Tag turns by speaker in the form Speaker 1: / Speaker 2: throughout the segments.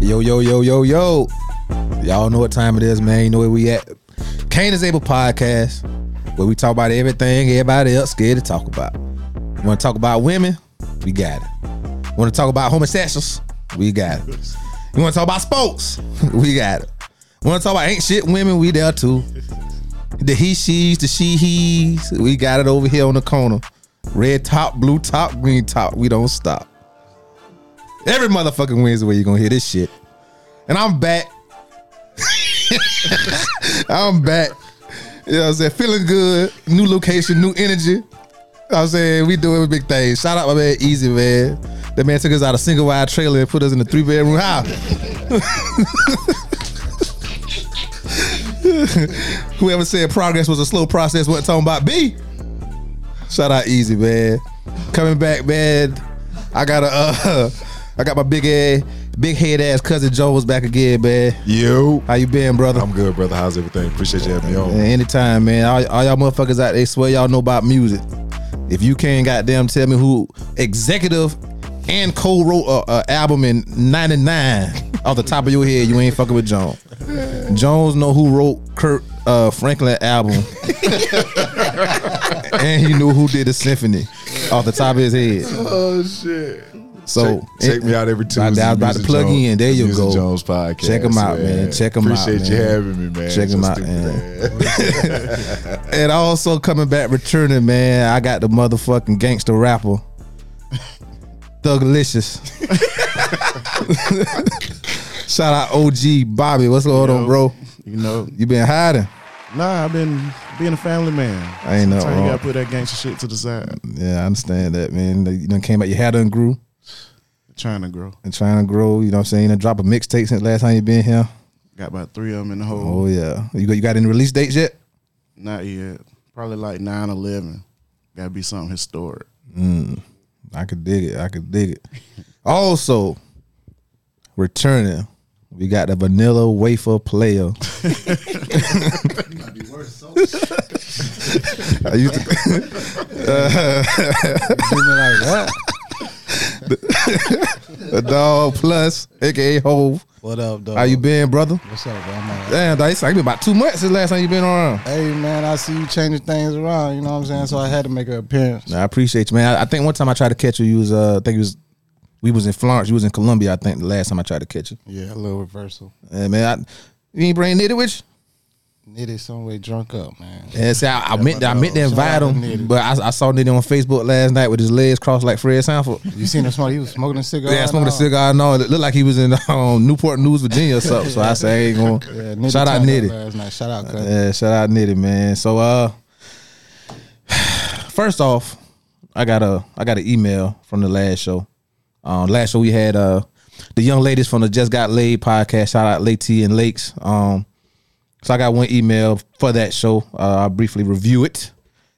Speaker 1: yo, yo, yo, yo. Y'all know what time it is, man. You know where we at. Cain is Able podcast, where we talk about everything everybody else scared to talk about. Want to talk about women? We got it. Want to talk about homosexuals? We got it. You want to talk about sports? we got it. Want to talk about ain't shit women? We there too. The he she's, the she he's. We got it over here on the corner. Red top, blue top, green top. We don't stop. Every motherfucking Wednesday, where you gonna hear this shit. And I'm back. I'm back. You know what I'm saying? Feeling good. New location, new energy. You know what I'm saying? We doing big things. Shout out my man Easy, man. That man took us out of single wide trailer and put us in a three bedroom house. Whoever said progress was a slow process wasn't talking about B. Shout out Easy, man. Coming back, man. I got a, uh, I got my big ass, big head ass cousin Joel's back again, man.
Speaker 2: Yo,
Speaker 1: How you been, brother?
Speaker 2: I'm good, brother. How's everything? Appreciate you having me on.
Speaker 1: Man, anytime, man. All, all y'all motherfuckers out there swear y'all know about music. If you can't goddamn tell me who executive and co-wrote a, a album in '99 off the top of your head, you ain't fucking with Jones. Jones know who wrote Kurt uh, Franklin album, and he knew who did the symphony off the top of his head.
Speaker 2: Oh shit!
Speaker 1: So
Speaker 2: Check
Speaker 1: it-
Speaker 2: me out every Tuesday.
Speaker 1: I was about to
Speaker 2: Music
Speaker 1: plug
Speaker 2: Jones-
Speaker 1: in. There you
Speaker 2: Music
Speaker 1: go.
Speaker 2: Jones podcast.
Speaker 1: Check 'em out, man. Check 'em out,
Speaker 2: Appreciate you
Speaker 1: man.
Speaker 2: having me, man.
Speaker 1: Check 'em
Speaker 2: So
Speaker 1: out,
Speaker 2: stupid,
Speaker 1: man. And also coming back, returning, man. I got the motherfucking gangster rapper, Thuglicious. Shout out OG Bobby. What's going on,
Speaker 3: Yo.
Speaker 1: bro?
Speaker 3: You know,
Speaker 1: You been hiding?
Speaker 3: nah, I've been being a family man.
Speaker 1: I ain't know.
Speaker 3: Sometimes you
Speaker 1: wrong.
Speaker 3: gotta put that gangster shit to the side.
Speaker 1: Yeah, I understand that, man. You done came out, your hair done grew
Speaker 3: Trying to grow.
Speaker 1: and trying to grow. You know what I'm saying? You done drop a mixtape since last time you been here.
Speaker 3: Got about three of them in the hole.
Speaker 1: Oh yeah. You got you got any release dates yet?
Speaker 3: Not yet. Probably like 9 11. Gotta be something historic.
Speaker 1: I could dig it. I could dig it. Also, returning, we got the vanilla wafer player. I used to, the dog plus, aka Hove.
Speaker 4: What up, dog?
Speaker 1: How you been, brother?
Speaker 4: What's up, bro? I'm all right.
Speaker 1: Damn, dog, it's like been about two months since last time you been around.
Speaker 4: Hey, man, I see you changing things around. You know what I'm saying? So I had to make an appearance.
Speaker 1: Nah, I appreciate you, man. I, I think one time I tried to catch you, you was uh, I think you was we was in Florence, you was in Colombia. I think the last time I tried to catch you.
Speaker 4: Yeah, a little reversal.
Speaker 1: Yeah, man, I, you ain't bring Nitty with you.
Speaker 4: Nitty some way drunk up, man.
Speaker 1: Yeah, see, I, I meant to, I meant to
Speaker 4: Shout
Speaker 1: invite
Speaker 4: out to
Speaker 1: him,
Speaker 4: Nitty.
Speaker 1: but I, I saw Nitty on Facebook last night with his legs crossed like Fred Sanford.
Speaker 4: You seen him smoke? He was smoking a cigar.
Speaker 1: Yeah,
Speaker 4: and
Speaker 1: smoking a
Speaker 4: all.
Speaker 1: cigar. No, it looked like he was in um, Newport News, Virginia or something. So I said, I ain't
Speaker 4: Yeah,
Speaker 1: going. to
Speaker 4: Nitty
Speaker 1: shout out
Speaker 4: turned up
Speaker 1: Nitty.
Speaker 4: Last night. Shout out, cuz.
Speaker 1: Yeah, shout out Nitty, man. So uh, first off, I got a I got an email from the last show. Um, last show we had uh the young ladies from the Just Got Laid podcast. Shout out Lady and Lakes. Um, so I got one email for that show. Uh, I'll briefly review it.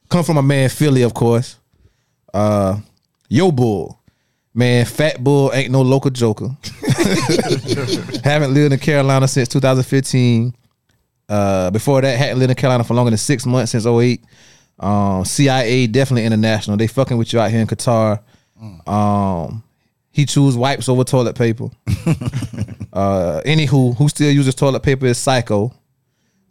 Speaker 1: Come from my man Philly, of course. Uh, Yo Bull. Man, Fat Bull ain't no local joker. Haven't lived in Carolina since 2015. Uh, before that, hadn't lived in Carolina for longer than six months since 08. Um, CIA definitely international. They fucking with you out here in Qatar. Um, he choose wipes over toilet paper. uh, anywho, who still uses toilet paper is psycho.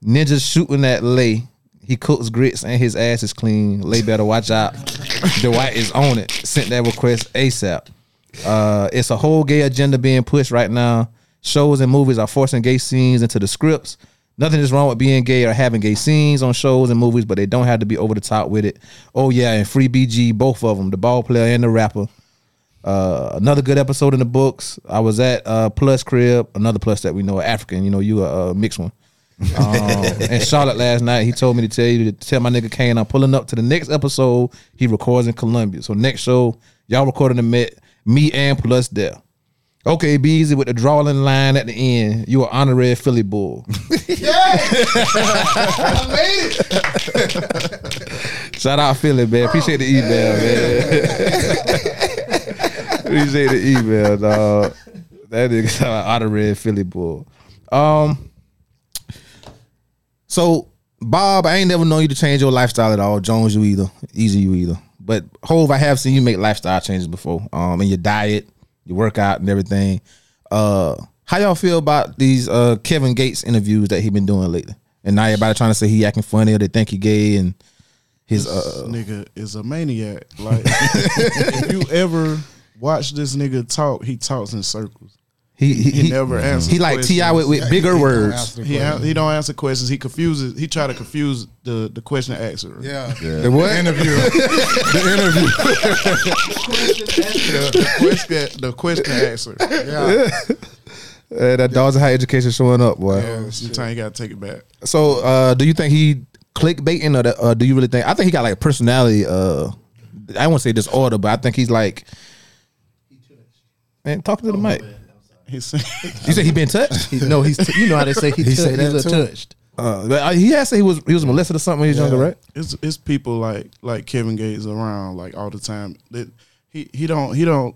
Speaker 1: Ninja shooting at Lay. He cooks grits and his ass is clean. Lay better watch out. Dwight is on it. Sent that request ASAP. Uh, it's a whole gay agenda being pushed right now. Shows and movies are forcing gay scenes into the scripts. Nothing is wrong with being gay or having gay scenes on shows and movies, but they don't have to be over the top with it. Oh yeah, and Free BG, both of them, the ball player and the rapper. Uh, another good episode in the books. I was at uh, Plus Crib, another Plus that we know, African. You know, you a, a mixed one. Um, in Charlotte last night, he told me to tell you to tell my nigga Kane I'm pulling up to the next episode he records in Columbia. So next show, y'all recording the Met, me and Plus there. Okay, be easy with the drawing line at the end. You are honorary Philly bull. Shout out Philly, man. Appreciate the email, man. Appreciate the email, dog. That nigga's an honorary Philly bull. Um, so Bob, I ain't never known you to change your lifestyle at all. Jones, you either, easy, you either. But Hove, I have seen you make lifestyle changes before. Um, in your diet, your workout, and everything. Uh, How y'all feel about these uh, Kevin Gates interviews that he been doing lately? And now everybody trying to say he acting funny or they think he gay and his
Speaker 3: This
Speaker 1: uh
Speaker 3: nigga is a maniac. Like, if you ever watch this nigga talk, he talks in circles.
Speaker 1: he he,
Speaker 3: He never answers
Speaker 1: He like Ti with, with bigger words.
Speaker 3: He an- he don't answer questions. He confuses. He try to confuse the the question answer.
Speaker 4: Yeah.
Speaker 1: The what?
Speaker 2: interview. the interview.
Speaker 3: the question the question answer.
Speaker 4: Yeah.
Speaker 1: Uh, that dogs and high education showing up, boy.
Speaker 3: Sometimes you gotta take it back.
Speaker 1: So, uh, do you think he clickbaiting or, the, or do you really think? I think he got like a personality. Uh, I won't say disorder, but I think he's like. Man, talking
Speaker 4: Oh,
Speaker 1: to the mic.
Speaker 3: He said,
Speaker 1: You say he been touched?
Speaker 5: no, he's you know how they say he, touched,
Speaker 4: say
Speaker 5: he
Speaker 4: that
Speaker 5: look
Speaker 4: too.
Speaker 5: touched.
Speaker 1: Uh, but, uh, he had said he was he was molested or something when he was younger, right?
Speaker 3: it's it's people like like Kevin Gates around like all the time. That he he don't he don't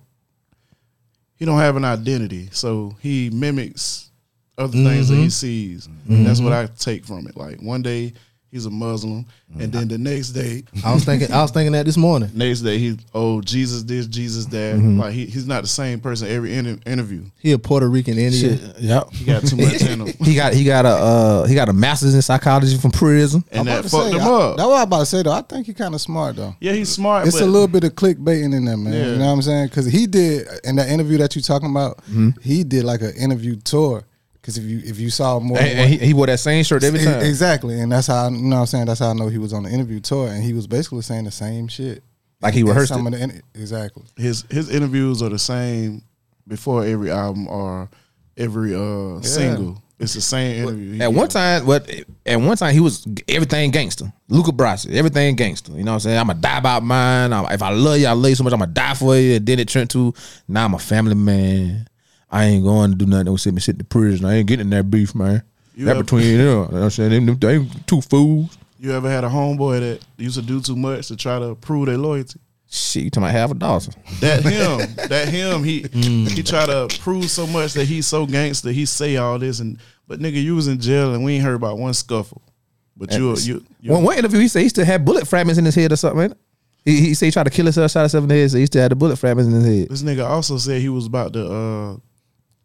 Speaker 3: he don't have an identity, so he mimics other things that he sees. That's what I take from it. Like one day he's a Muslim, and then the next day.
Speaker 5: I was thinking I was thinking that this morning.
Speaker 3: Next day, he oh Jesus this Jesus that
Speaker 4: Mm-hmm.
Speaker 3: like he, he's not the same person every inter- interview.
Speaker 5: He a Puerto Rican Indian.
Speaker 1: Yep.
Speaker 3: He got too much in him,
Speaker 1: He got he got a uh, he got a master's in psychology from prison.
Speaker 3: and
Speaker 4: I'm
Speaker 3: that
Speaker 4: about to
Speaker 3: fucked
Speaker 4: say,
Speaker 3: him
Speaker 4: I-
Speaker 3: up.
Speaker 4: That's what I about to say though. I think you're kind of smart though.
Speaker 3: Yeah, he's smart.
Speaker 4: It's
Speaker 3: but
Speaker 4: a little bit of clickbaiting in there, man.
Speaker 3: Yeah.
Speaker 4: You know what I'm saying? Because he did in that interview that you talking about.
Speaker 1: Mm-hmm.
Speaker 4: He did like an interview tour. Because if you if you saw more,
Speaker 1: And,
Speaker 4: than
Speaker 1: and
Speaker 4: one-
Speaker 1: he, he wore that same shirt every
Speaker 4: E-
Speaker 1: time.
Speaker 4: exactly, and that's how I- you know what I'm saying. That's how I know he was on the interview tour, and he was basically saying the same shit.
Speaker 1: Like he
Speaker 4: In
Speaker 1: rehearsed
Speaker 4: some
Speaker 1: it.
Speaker 4: of the inter- exactly.
Speaker 3: his his interviews are the same before every album or every uh single. It's the same interview. He
Speaker 1: At
Speaker 3: did.
Speaker 1: one time, what at one time he was g- everything gangster. Luca Brasi, everything gangster. You know what I'm saying? I'm gonna die about mine. I'm, if I love you, I love you so much. I'm gonna die for you. And then it turned to now I'm a family man. I ain't going to do nothing. Don't send me shit to prison. I ain't getting in that beef, man.
Speaker 3: You
Speaker 1: that
Speaker 3: have-
Speaker 1: between them. You know what I'm saying? Them, them, them two fools.
Speaker 3: you ever had a homeboy that used to do too much to try to prove their loyalty?
Speaker 1: Shit, you talking about half a dollar?
Speaker 3: That him, that him. He
Speaker 4: Mm.
Speaker 3: he tried to prove so much that he's so gangster. He say all this and but nigga, you was in jail and we ain't heard about one scuffle. But you you, you
Speaker 1: One, one interview, he said he still had bullet fragments in his head or something. ain't it? He, he said he tried to kill himself, shot himself in the head. So he still had the bullet fragments in his head.
Speaker 3: this nigga also said he was about to uh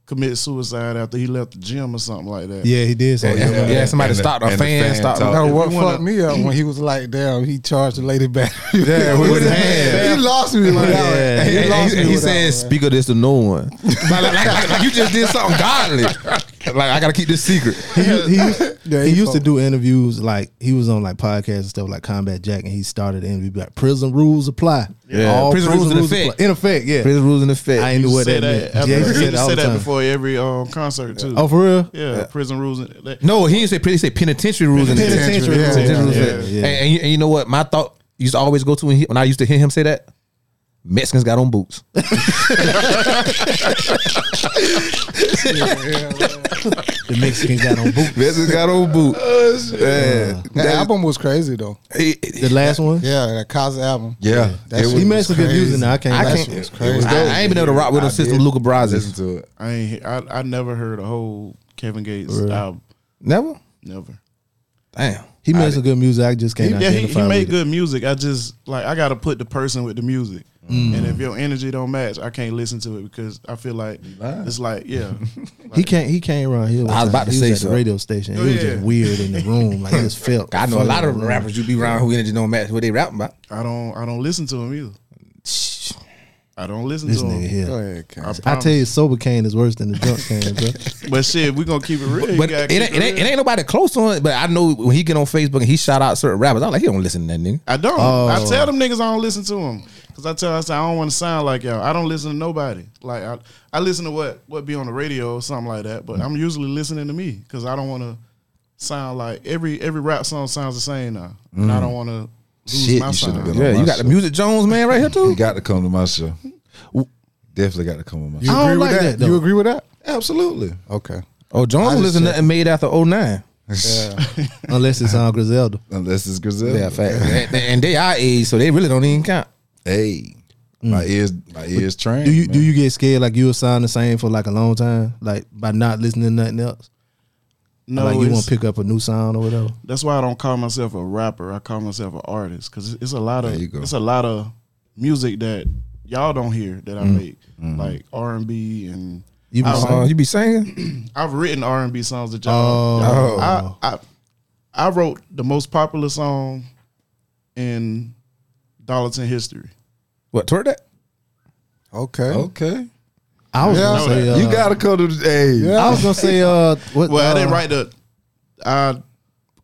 Speaker 3: commit suicide after he left the gym or something like that.
Speaker 5: Yeah, he did say
Speaker 1: Yeah,
Speaker 5: that.
Speaker 1: somebody
Speaker 2: and the-
Speaker 1: stopped a
Speaker 2: and the
Speaker 1: fan,
Speaker 2: fan
Speaker 1: stopped.
Speaker 2: talked.
Speaker 4: No,
Speaker 3: if
Speaker 4: what
Speaker 3: you wanna-
Speaker 4: fucked me up when he was like, "Damn, he charged the lady back." Yeah,
Speaker 1: with his hand.
Speaker 4: He lost me. With that
Speaker 1: Yeah,
Speaker 4: one.
Speaker 1: he,
Speaker 4: He lost me.
Speaker 1: he
Speaker 4: with that
Speaker 1: said,
Speaker 4: one.
Speaker 1: "Speak of this to no one." like, like- like- like you just did something godly. Like I gotta keep this secret.
Speaker 5: He, used- he used-
Speaker 4: Yeah,
Speaker 5: he
Speaker 4: he
Speaker 5: used to
Speaker 4: fuck-
Speaker 5: do interviews like he was on like podcasts and stuff like Combat Jack, and he started the interview like prison rules apply.
Speaker 1: Yeah, prison rules in effect.
Speaker 5: apply." In effect, yeah.
Speaker 1: Prison rules in effect.
Speaker 5: I ain't knew
Speaker 3: You
Speaker 5: what
Speaker 3: say
Speaker 5: that,
Speaker 3: that,
Speaker 5: meant.
Speaker 3: after,
Speaker 5: Yeah, he
Speaker 3: you
Speaker 5: said that all
Speaker 3: say
Speaker 5: the
Speaker 3: that
Speaker 5: time.
Speaker 3: before every um, concert too.
Speaker 5: Oh, for real?
Speaker 3: yeah, prison rules. And that,
Speaker 1: no, he didn't say prison. He said penitentiary rules in effect.
Speaker 5: Penitentiary
Speaker 1: Penitentiary
Speaker 5: rules.
Speaker 1: rules in
Speaker 5: Yeah,
Speaker 1: effect.
Speaker 5: yeah.
Speaker 1: And, and you, and you know what? My thought used to always go to when, he, when I used to hear him say that. Mexicans got on boots.
Speaker 5: The Mexican got on boot.
Speaker 1: Mexicans got on boots. yeah.
Speaker 4: That album was crazy though.
Speaker 1: He-
Speaker 5: The last one.
Speaker 4: Yeah, that Kaza album.
Speaker 2: Yeah.
Speaker 4: That
Speaker 2: it
Speaker 4: shit
Speaker 5: He
Speaker 2: was,
Speaker 5: made some good
Speaker 4: crazy.
Speaker 5: music. Now I can't.
Speaker 1: I
Speaker 5: lie.
Speaker 1: can't.
Speaker 4: It was
Speaker 1: I,
Speaker 4: crazy.
Speaker 1: I ain't been able to rock with him since Luca
Speaker 2: listen
Speaker 1: Brasi.
Speaker 2: to it.
Speaker 3: I ain't. I, I never heard a whole Kevin Gates album.
Speaker 1: Never.
Speaker 3: Never.
Speaker 1: Damn.
Speaker 5: He made some good music. I just
Speaker 3: He,
Speaker 5: can't
Speaker 3: yeah, he,
Speaker 5: identify
Speaker 3: he made
Speaker 5: with it.
Speaker 3: good music. I just like I gotta put the person with the music.
Speaker 5: Mm.
Speaker 3: And if your energy don't match, I can't listen to it because I feel like it's like yeah,
Speaker 5: He can't. He came around here. one
Speaker 1: I was
Speaker 5: time.
Speaker 1: about to
Speaker 5: He
Speaker 1: say
Speaker 5: at the
Speaker 1: something.
Speaker 5: radio station.
Speaker 3: Oh,
Speaker 5: it was
Speaker 3: yeah.
Speaker 5: just weird in the room. Like it just felt.
Speaker 1: I know a lot
Speaker 5: funny
Speaker 1: of
Speaker 5: in the room.
Speaker 1: rappers you be around who energy don't match what they rapping about.
Speaker 3: I don't I don't listen to him either. I don't listen
Speaker 5: This
Speaker 3: to
Speaker 5: nigga
Speaker 3: him.
Speaker 4: Go
Speaker 5: here.
Speaker 4: ahead, Kaza.
Speaker 3: I,
Speaker 5: I
Speaker 3: promise.
Speaker 5: tell you, sober cane is worse than the drunk cane, bro.
Speaker 3: but shit, we gonna keep it real. You
Speaker 1: But
Speaker 3: gotta
Speaker 1: it
Speaker 3: keep
Speaker 1: ain't, it, ain't,
Speaker 3: real.
Speaker 1: it ain't nobody close on it. But I know when he get on Facebook and he shout out certain rappers, I'm like, he don't listen to that nigga.
Speaker 3: I don't.
Speaker 5: Oh.
Speaker 3: I tell them niggas I don't listen to them because I tell I say I don't want to sound like y'all. I don't listen to nobody. Like I, I listen to what what be on the radio or something like that. But I'm usually listening to me because I don't want to sound like every every rap song sounds the same now, and I don't want to lose
Speaker 2: Shit,
Speaker 3: my
Speaker 2: you shoulda
Speaker 3: sound.
Speaker 2: been on.
Speaker 1: Yeah,
Speaker 2: my
Speaker 1: you got the
Speaker 2: shit.
Speaker 1: Music Jones man right here
Speaker 2: You
Speaker 1: too.
Speaker 2: got to come to my show. Definitely got to come to my show.
Speaker 4: You
Speaker 5: I
Speaker 4: agree with
Speaker 5: don't like
Speaker 4: that?
Speaker 5: that,
Speaker 4: you
Speaker 5: though.
Speaker 4: agree with that?
Speaker 2: Absolutely.
Speaker 4: Okay.
Speaker 1: Oh, Jones
Speaker 4: just
Speaker 1: listen to
Speaker 4: check.
Speaker 1: nothing made after 09.
Speaker 4: Yeah.
Speaker 5: Unless it's on Griselda.
Speaker 2: Unless it's Griselda.
Speaker 1: Yeah, fact. and, and they our age, so they really don't even count.
Speaker 2: Hey, my ears, my ears trained.
Speaker 5: Mm. Do you
Speaker 2: man.
Speaker 5: do you get scared like you were sound the same for like a long time, like by not listening to nothing else?
Speaker 3: No,
Speaker 5: like you
Speaker 3: it's-
Speaker 5: want to pick up a new sound or whatever.
Speaker 3: that's why I don't call myself a rapper. I call myself an artist because it's a lot of
Speaker 2: There you go.
Speaker 3: it's a lot of music that y'all don't hear that I make, like R and B and
Speaker 5: You been
Speaker 1: Uh, you be singing?
Speaker 3: I've written R and B songs that y'all.
Speaker 1: Oh.
Speaker 3: y'all- I, I I wrote the most popular song in Darlington history.
Speaker 1: What toward that?
Speaker 4: Okay.
Speaker 2: Okay.
Speaker 5: I was gonna say uh,
Speaker 2: you gotta come to the hey.
Speaker 5: I was gonna say uh what
Speaker 3: Well, I
Speaker 5: uh,
Speaker 1: Oh.
Speaker 3: didn't write the. I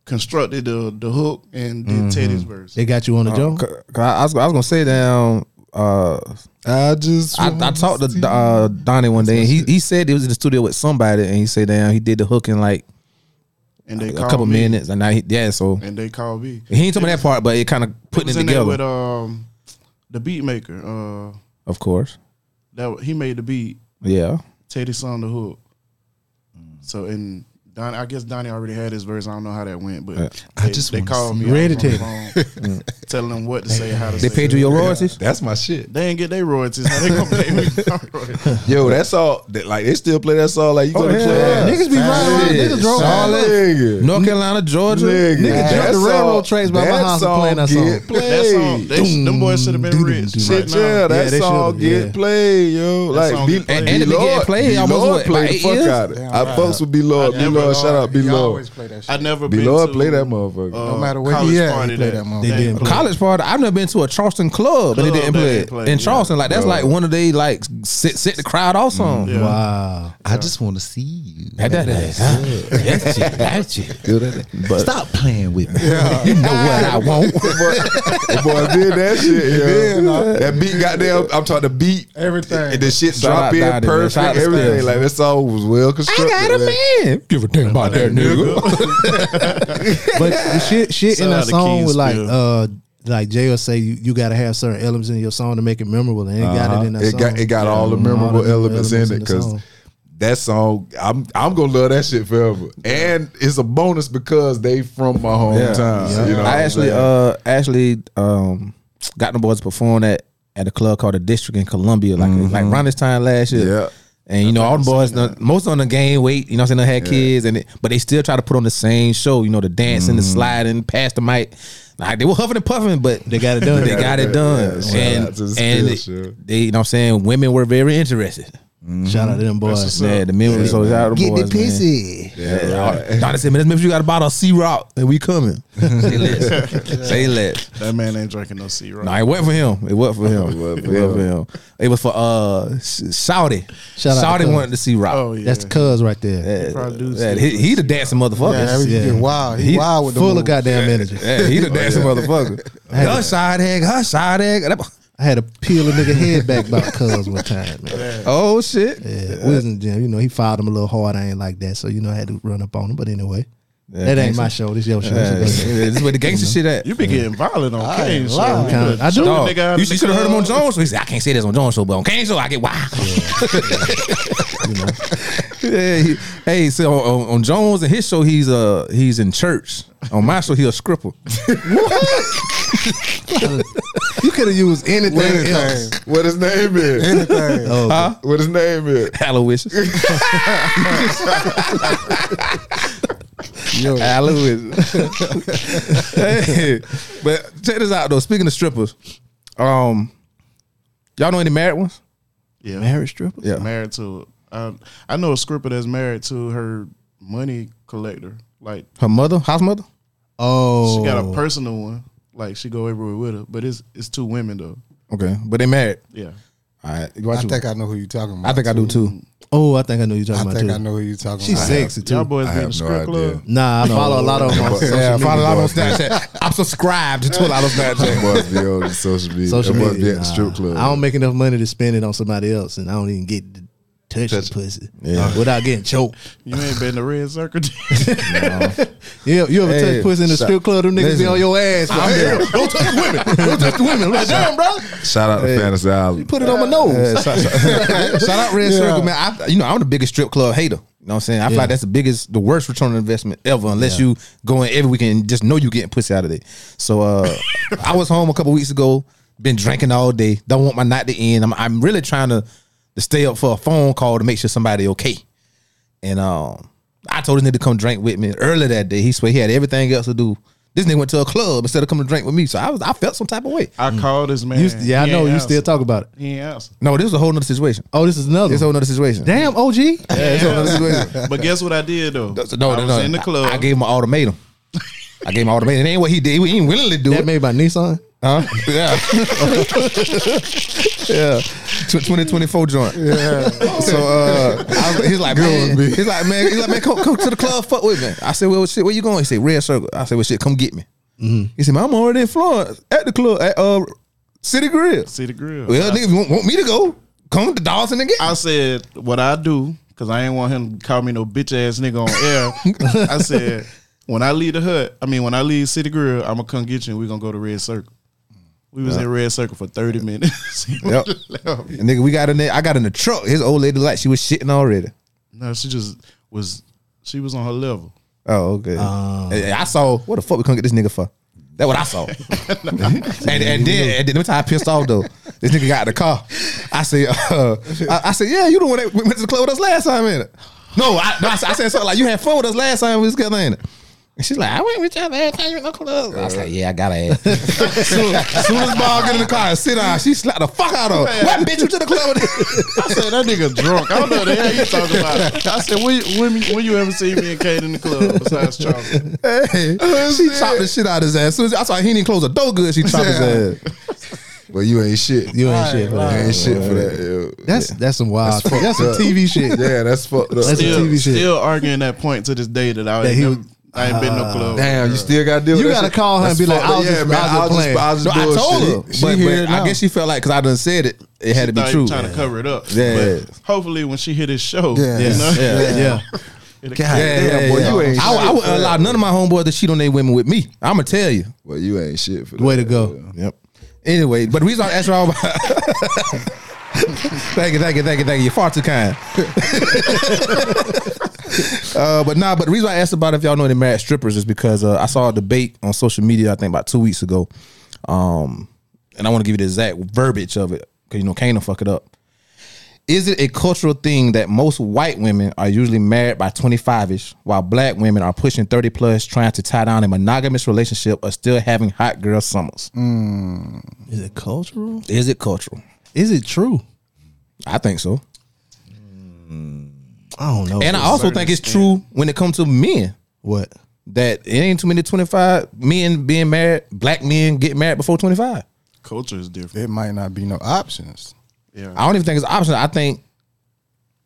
Speaker 3: constructed the the hook and did
Speaker 1: Mm-hmm.
Speaker 3: Teddy's verse.
Speaker 5: They got you on the joke.
Speaker 1: Cause I, I was I was gonna say down. Uh,
Speaker 4: I just
Speaker 1: I, I talked to uh, Donnie one day, and he he said he was in the studio with somebody, and he said damn, he did the hook in like
Speaker 3: and they
Speaker 1: a
Speaker 3: called
Speaker 1: couple
Speaker 3: me,
Speaker 1: minutes, and now he, yeah, so
Speaker 3: And they called me.
Speaker 1: he ain't told me that part, but it kind of putting
Speaker 3: was
Speaker 1: it,
Speaker 3: in there
Speaker 1: together,
Speaker 3: with um the beat maker. Uh,
Speaker 1: of course.
Speaker 3: that he made the beat.
Speaker 1: Yeah,
Speaker 3: Teddy sung the hook. So and Don, I guess Donnie already had his verse. I don't know how that went, but they,
Speaker 2: I just
Speaker 3: they
Speaker 2: wanna
Speaker 3: called
Speaker 2: see-
Speaker 3: me
Speaker 5: Ready,
Speaker 3: up on the phone, telling them what to say, how to
Speaker 1: they
Speaker 3: say.
Speaker 1: paid
Speaker 3: it.
Speaker 1: you your royalties.
Speaker 2: That's my shit.
Speaker 3: They ain't get their royalties. Now they gonna pay me. my royalties.
Speaker 2: Yo, that's all. That, like they still play that song. Like you go to club.
Speaker 5: Oh, Niggas be riding around.
Speaker 1: Shit.
Speaker 5: Niggas drove all
Speaker 1: Solid.
Speaker 5: over.
Speaker 2: Nigga.
Speaker 1: North Carolina, Georgia,
Speaker 2: Nigga,
Speaker 5: Nigga
Speaker 2: that
Speaker 5: jumped the railroad
Speaker 2: song-
Speaker 5: tracks by my
Speaker 2: that
Speaker 5: house and
Speaker 2: song
Speaker 5: playing that
Speaker 2: get
Speaker 5: song.
Speaker 2: Played.
Speaker 3: That song, they, them boys should have been
Speaker 5: Doom,
Speaker 3: rich.
Speaker 5: doom,
Speaker 3: right
Speaker 2: Shit,
Speaker 3: now.
Speaker 2: yeah, that
Speaker 5: Yeah, they
Speaker 2: song
Speaker 5: should've,
Speaker 2: get
Speaker 5: yeah.
Speaker 2: played, yo. Like
Speaker 3: song
Speaker 2: be,
Speaker 3: get played.
Speaker 1: And it been
Speaker 2: Lord,
Speaker 1: getting played
Speaker 2: Be
Speaker 1: almost,
Speaker 2: Lord
Speaker 1: what,
Speaker 2: played
Speaker 1: like
Speaker 2: the
Speaker 1: eight
Speaker 2: fuck
Speaker 1: years?
Speaker 2: out of it.
Speaker 4: Damn,
Speaker 2: I
Speaker 4: right.
Speaker 2: fucks with B Lord.
Speaker 3: I
Speaker 2: B
Speaker 3: never-
Speaker 2: Lord, shout out B
Speaker 4: He
Speaker 2: Lord.
Speaker 4: always play that shit.
Speaker 3: I never
Speaker 2: B
Speaker 3: been
Speaker 2: Lord
Speaker 3: to
Speaker 2: play that
Speaker 3: uh,
Speaker 2: motherfucker.
Speaker 4: No matter where
Speaker 3: college
Speaker 4: he at, he
Speaker 3: party
Speaker 4: play
Speaker 3: that-
Speaker 4: that motherfucker.
Speaker 5: They didn't play.
Speaker 1: college part. I've never been to a Charleston club, and they
Speaker 3: Club,
Speaker 1: didn't
Speaker 3: they
Speaker 1: play
Speaker 3: didn't
Speaker 1: it
Speaker 3: play,
Speaker 1: in
Speaker 3: yeah. Mm,
Speaker 1: Charleston. Like that's like one of they like sit sit the crowd off song.
Speaker 3: Yeah.
Speaker 5: Wow.
Speaker 2: I just want to see you.
Speaker 1: Had that ass, huh? That's it, that's it.
Speaker 2: Stop playing with me.
Speaker 1: You know what I want.
Speaker 2: the boy did that shit. Yeah. that beat got down. I'm talking the beat.
Speaker 4: Everything.
Speaker 2: And the shit
Speaker 1: Shout out
Speaker 2: drop in
Speaker 1: Dottie, man.
Speaker 2: perfect.
Speaker 1: Shout out to
Speaker 2: everything.
Speaker 1: Steph.
Speaker 2: Like that song was well constructed. man.
Speaker 1: man. Give a damn about that nigga.
Speaker 5: But the shit, shit
Speaker 3: Shout
Speaker 5: in that
Speaker 3: out to
Speaker 5: song
Speaker 3: Keys
Speaker 5: with like,
Speaker 3: Bill.
Speaker 5: uh, like Jay will say, you, you got to have certain elements in your song to make it memorable, and it got
Speaker 2: Uh-huh.
Speaker 5: it in that
Speaker 2: it
Speaker 5: song.
Speaker 2: got it got
Speaker 5: Yeah,
Speaker 2: all the memorable elements, in it
Speaker 5: the
Speaker 2: because
Speaker 5: song.
Speaker 2: that song I'm I'm gonna love that shit forever. And it's a bonus because they from my hometown. You know what
Speaker 1: I
Speaker 2: I'm
Speaker 1: actually,
Speaker 2: saying?
Speaker 1: uh, actually, um, got them boys perform at at a club called the District in Columbia, like like around this time last year.
Speaker 2: Yeah.
Speaker 1: And you know all the boys, done, most on the game weight. You know, what I'm saying they had kids, and it, but they still try to put on the same show. You know, the dancing, the sliding, past the mic. Like they were huffing and puffing, but
Speaker 5: They got it done.
Speaker 1: they got it done.
Speaker 2: Yeah, shout out
Speaker 1: and
Speaker 2: to the
Speaker 1: and
Speaker 2: skills, yeah.
Speaker 1: they, you know, what I'm saying women were very interested.
Speaker 5: Shout out to them boys.
Speaker 1: Yeah, the men were so shout out to the boys. man.
Speaker 5: pissy.
Speaker 1: Yeah, right. Donnie said, man, make sure you got a bottle of C Rock and we coming. Say less. Say less.
Speaker 3: That man ain't drinking no C right.
Speaker 1: No, it wasn't for him. It wasn't for him. it wasn't for him. It was for uh Shouty.
Speaker 5: Shout out
Speaker 1: Shouty
Speaker 5: to Cuz.
Speaker 1: wanted to see Rock.
Speaker 3: Oh yeah,
Speaker 5: That's the cuz right there.
Speaker 1: yeah,
Speaker 3: probably do
Speaker 1: yeah,
Speaker 3: see
Speaker 1: he, he the dancing motherfucker.
Speaker 4: Yeah, every- he
Speaker 5: Yeah.
Speaker 4: wild. He,
Speaker 1: He
Speaker 4: wild with the
Speaker 5: Full of
Speaker 4: moves.
Speaker 5: goddamn energy.
Speaker 1: Oh, Yeah, he the dancing motherfucker. Her side egg, her side egg. That-
Speaker 5: I had to peel a nigga head back about cuz one time, man.
Speaker 1: Oh shit. Yeah.
Speaker 5: Yeah, we was in the gym. You know, he fouled him a little hard. I ain't like that, so you know, I had to run up on him. But anyway, that ain't my show. This your show.
Speaker 1: this is where the gangster shit at.
Speaker 3: you be getting violent on Kane. so
Speaker 5: lying.
Speaker 3: you better
Speaker 5: Kinda- I do.
Speaker 3: shoot a
Speaker 1: Dog,
Speaker 3: nigga out
Speaker 1: you
Speaker 3: in the
Speaker 1: should have heard him on
Speaker 3: club.
Speaker 1: Jones. So he said, I can't say this on Jones, so but on Kane, so I get wild. Yeah, he- hey, so on, on- on Jones and his show, he's uh he's in church. On my show, he a scripper.
Speaker 5: you could have used anything else.
Speaker 1: uh,
Speaker 4: Anything.
Speaker 2: what his name is.
Speaker 4: Anything.
Speaker 5: Oh,
Speaker 2: What his name is.
Speaker 1: Aloysius.
Speaker 4: Yo,
Speaker 1: Aloysius. hey, but check this out though. Speaking of strippers, um, y'all know any married ones?
Speaker 3: Yeah,
Speaker 5: marriage stripper.
Speaker 1: Yeah.
Speaker 3: married to. I, I know a stripper that's married to her money collector. Like
Speaker 1: Her mother, house mother.
Speaker 5: Oh,
Speaker 3: she got a personal one. Like she go everywhere with her. But it's it's two women though.
Speaker 1: Okay, but they married.
Speaker 3: Yeah.
Speaker 1: All right,
Speaker 4: I think I know who you're talking about.
Speaker 1: I think I do too.
Speaker 5: oh, I think I know you
Speaker 4: I
Speaker 5: talking about
Speaker 4: think
Speaker 5: too.
Speaker 4: I know who you're talking
Speaker 5: She's
Speaker 4: about.
Speaker 5: sexy too.
Speaker 3: Y'all boys
Speaker 2: I
Speaker 3: be in
Speaker 2: have
Speaker 3: the
Speaker 2: no
Speaker 3: strip club.
Speaker 2: idea.
Speaker 5: Nah, I follow a lot of them on social
Speaker 1: Yeah,
Speaker 5: media.
Speaker 1: follow out on
Speaker 5: boys.
Speaker 1: Snapchat. I'm subscribed to a lot of Snapchat.
Speaker 2: That must be on social media.
Speaker 5: Social
Speaker 2: that must
Speaker 5: media.
Speaker 2: be at the strip
Speaker 5: nah.
Speaker 2: club.
Speaker 5: I don't make enough money to spend it on somebody else, and I don't even get to touch, the pussy without getting choked.
Speaker 3: You ain't been to Red Circle.
Speaker 5: You ever, you ever
Speaker 1: Hey,
Speaker 5: touch pussy in the
Speaker 1: shut-
Speaker 5: strip club? Them niggas be
Speaker 1: listen.
Speaker 5: on your ass. Like, hey,
Speaker 1: Don't touch the women. Don't touch the women. I'm like, damn, bro.
Speaker 2: Shout out to Fantasy Island.
Speaker 5: put it on my nose.
Speaker 1: Yeah, shout, shout- shout out Red Circle, man. I, you know, I'm the biggest strip club hater. You know what I'm saying? I feel
Speaker 5: Yeah.
Speaker 1: like that's the biggest, the worst return on investment ever, unless you go in every weekend and just know you getting pussy out of it. So uh, I was home a couple weeks ago, been drinking all day. Don't want my night to end. I'm, I'm really trying to, to stay up for a phone call to make sure somebody okay. And um, I told this nigga to come drink with me early that day. He swear he had everything else to do. This nigga went to a club instead of coming to drink with me. So I was I felt some type of way.
Speaker 3: I called this man.
Speaker 5: Mm. You, yeah, I
Speaker 3: He
Speaker 5: know.
Speaker 3: ain't
Speaker 5: You still
Speaker 3: answer.
Speaker 5: talk about it.
Speaker 3: He ain't answer.
Speaker 1: No, this was a whole nother situation.
Speaker 5: Oh, this is another.
Speaker 1: This is a
Speaker 5: one.
Speaker 1: whole nother situation.
Speaker 5: Damn, OG.
Speaker 1: Yeah, this is a whole nother situation.
Speaker 3: But guess what I did though?
Speaker 1: That's- No,
Speaker 3: I
Speaker 1: no,
Speaker 3: was
Speaker 1: no.
Speaker 3: in the club.
Speaker 1: I, I gave him an ultimatum. I gave him an ultimatum. It ain't what he did. He didn't willingly do
Speaker 5: That
Speaker 1: it.
Speaker 5: made by Nissan.
Speaker 1: Huh? Yeah. yeah. Tw- 2024 joint. Yeah. So uh, I was- he's like, man, he's like, man, he's like, man, come, come to the club, fuck with me. I said, well, shit, where you going? He said, Red Circle. I said, well, shit, come get me.
Speaker 3: Mm-hmm.
Speaker 1: He said, man, I'm already in Florence at the club at uh, City Grill.
Speaker 3: See the grill.
Speaker 1: Well, nigga, if you want, want me to go, come to Dawson and get me.
Speaker 3: I said what I do because I ain't want him to call me no bitch ass nigga on air. I said when I leave the hut, I mean when I leave City Grill, I'm gonna come get you and we are gonna go to Red Circle. We was in Red Circle for 30 minutes. He
Speaker 1: Yep.
Speaker 3: left.
Speaker 1: And nigga, we got in there. I got in the truck. His old lady like she was shitting already.
Speaker 3: No, she just was. She was on her level.
Speaker 1: Oh, okay. Hey, I saw what the fuck we couldn't get this nigga for. That's what I saw. and, and then, and then, let me tell you, I pissed off though. This nigga got in the car. I said, uh, I, I said, yeah, you the one that went to the club with us last time, ain't it? No, I, no, I, said- I said something like, you had fun with us last time we was together, ain't it? And she's like, I went with y'all last time you went to the club. I was like, yeah, I got her ass. soon, soon as Bob get in the car and sit down, she slapped the fuck out of her. What bitch you to the club with?
Speaker 3: I said that nigga drunk. I don't know what the hell you talking about. I said when when, when you ever see me and Kate in the club besides Charlie?
Speaker 1: Hey, she chopped the shit out of his ass. Soon as, that's why he didn't close the door good. She chopped his ass.
Speaker 2: But you ain't shit.
Speaker 5: You ain't shit. For
Speaker 2: You
Speaker 5: that.
Speaker 2: ain't shit for that. yeah.
Speaker 5: That's that's some wild. That's, some
Speaker 2: fucked up.
Speaker 5: TV shit.
Speaker 2: Yeah, that's fucked up.
Speaker 5: That's-
Speaker 3: Still,
Speaker 5: TV shit.
Speaker 3: still arguing that point to this day that I,
Speaker 5: That he
Speaker 3: ain't,
Speaker 5: was- Ah,
Speaker 3: never, I ain't been no club.
Speaker 2: Damn, you still got to deal
Speaker 5: You
Speaker 2: with that
Speaker 5: gotta
Speaker 2: shit?
Speaker 5: call her and
Speaker 2: That's
Speaker 5: be like,
Speaker 2: fucked up.
Speaker 5: I was
Speaker 2: yeah,
Speaker 5: just-
Speaker 2: man,
Speaker 5: I was just playing.
Speaker 2: I was
Speaker 1: No,
Speaker 2: just
Speaker 1: I
Speaker 2: bullshit.
Speaker 1: told her,
Speaker 2: She
Speaker 1: but,
Speaker 2: here
Speaker 1: but I
Speaker 2: now.
Speaker 1: guess she felt like because I done said it, it had to be
Speaker 3: Thought he
Speaker 1: true.
Speaker 3: was Trying to cover it up.
Speaker 1: Yeah.
Speaker 3: But hopefully, when she hit his show,
Speaker 4: Yeah.
Speaker 3: you know,
Speaker 5: Yeah. yeah.
Speaker 3: it'll-
Speaker 2: God damn, boy, you ain't
Speaker 1: I, I
Speaker 2: shit.
Speaker 1: wouldn't allow none of my homeboys to cheat on their women with me. I'm gonna tell you.
Speaker 2: Well, you ain't shit for that.
Speaker 5: Way to go.
Speaker 1: Yep. Anyway, but the reason I asked you all about. thank you, thank you, thank you, thank you. You're far too kind. uh, but nah, but the reason I asked about if y'all know any married strippers is because uh, I saw a debate on social media. I think about two weeks ago, um, and I want to give you the exact verbiage of it because you know Kane will fuck it up. Is it a cultural thing that most white women are usually married by 25 ish, while black women are pushing 30 plus, trying to tie down a monogamous relationship or still having hot girl summers?
Speaker 5: Is it cultural?
Speaker 1: Is it cultural?
Speaker 5: Is it true?
Speaker 1: I think so.
Speaker 5: I don't know.
Speaker 1: And I also think it's true when it comes to men
Speaker 5: what?
Speaker 1: that it ain't too many 25 men being married, black men get married before 25.
Speaker 3: Culture is different.
Speaker 4: It might not be no options.
Speaker 1: I don't even think it's an option. I think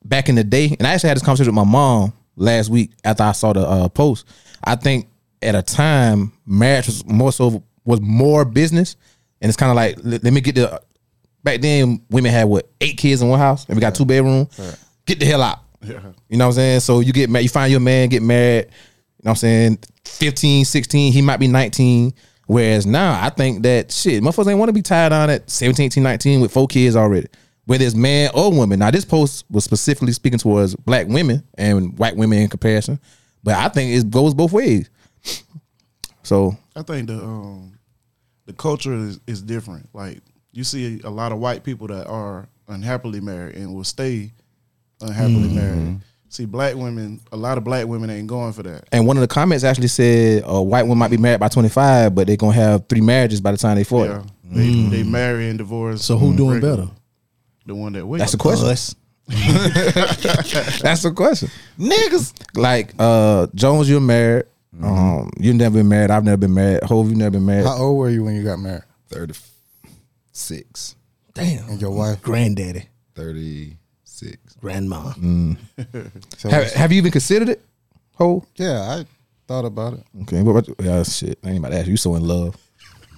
Speaker 1: back in the day, and I actually had this conversation with my mom last week after I saw the uh, post. I think at a time marriage was more so was more business, and it's kind of like let, let me get the back then women had what eight kids in one house, and we got two bedroom. Get the hell out. You know what I'm saying? So you get married, you find your man, get married. You know what I'm saying? 15, 16, he might be 19. Whereas now, I think that shit, motherfuckers ain't want to be tied on at 17, 18, 19 with four kids already, whether it's man or woman. Now, this post was specifically speaking towards black women and white women in comparison, but I think it goes both ways. So,
Speaker 3: I think the um, the culture is, is different. Like you see a lot of white people that are unhappily married and will stay unhappily married. See, black women, a lot of black women ain't going for that.
Speaker 1: and one of the comments actually said a white woman might be married by 25, but they're going to have three marriages by the time they 40.
Speaker 3: Yeah, they, they marry and divorce.
Speaker 5: So
Speaker 1: Mm.
Speaker 5: who doing
Speaker 3: regularly.
Speaker 5: better?
Speaker 3: The one that wait.
Speaker 1: That's the question.
Speaker 5: Us.
Speaker 1: That's the question. Niggas. Like, uh, Jones, you're married. Um, you've never been married. I've never been married. Hove, you never been married.
Speaker 4: How old were you when you got married?
Speaker 2: 36,
Speaker 5: Damn.
Speaker 4: Your wife?
Speaker 5: Granddaddy.
Speaker 2: 36.
Speaker 5: Grandma.
Speaker 1: Mm.
Speaker 4: So
Speaker 1: Have, have you even considered it? Hove?
Speaker 4: yeah, I thought about it.
Speaker 1: Okay. What about you? Yeah, shit. I ain't about to ask you. You so in love.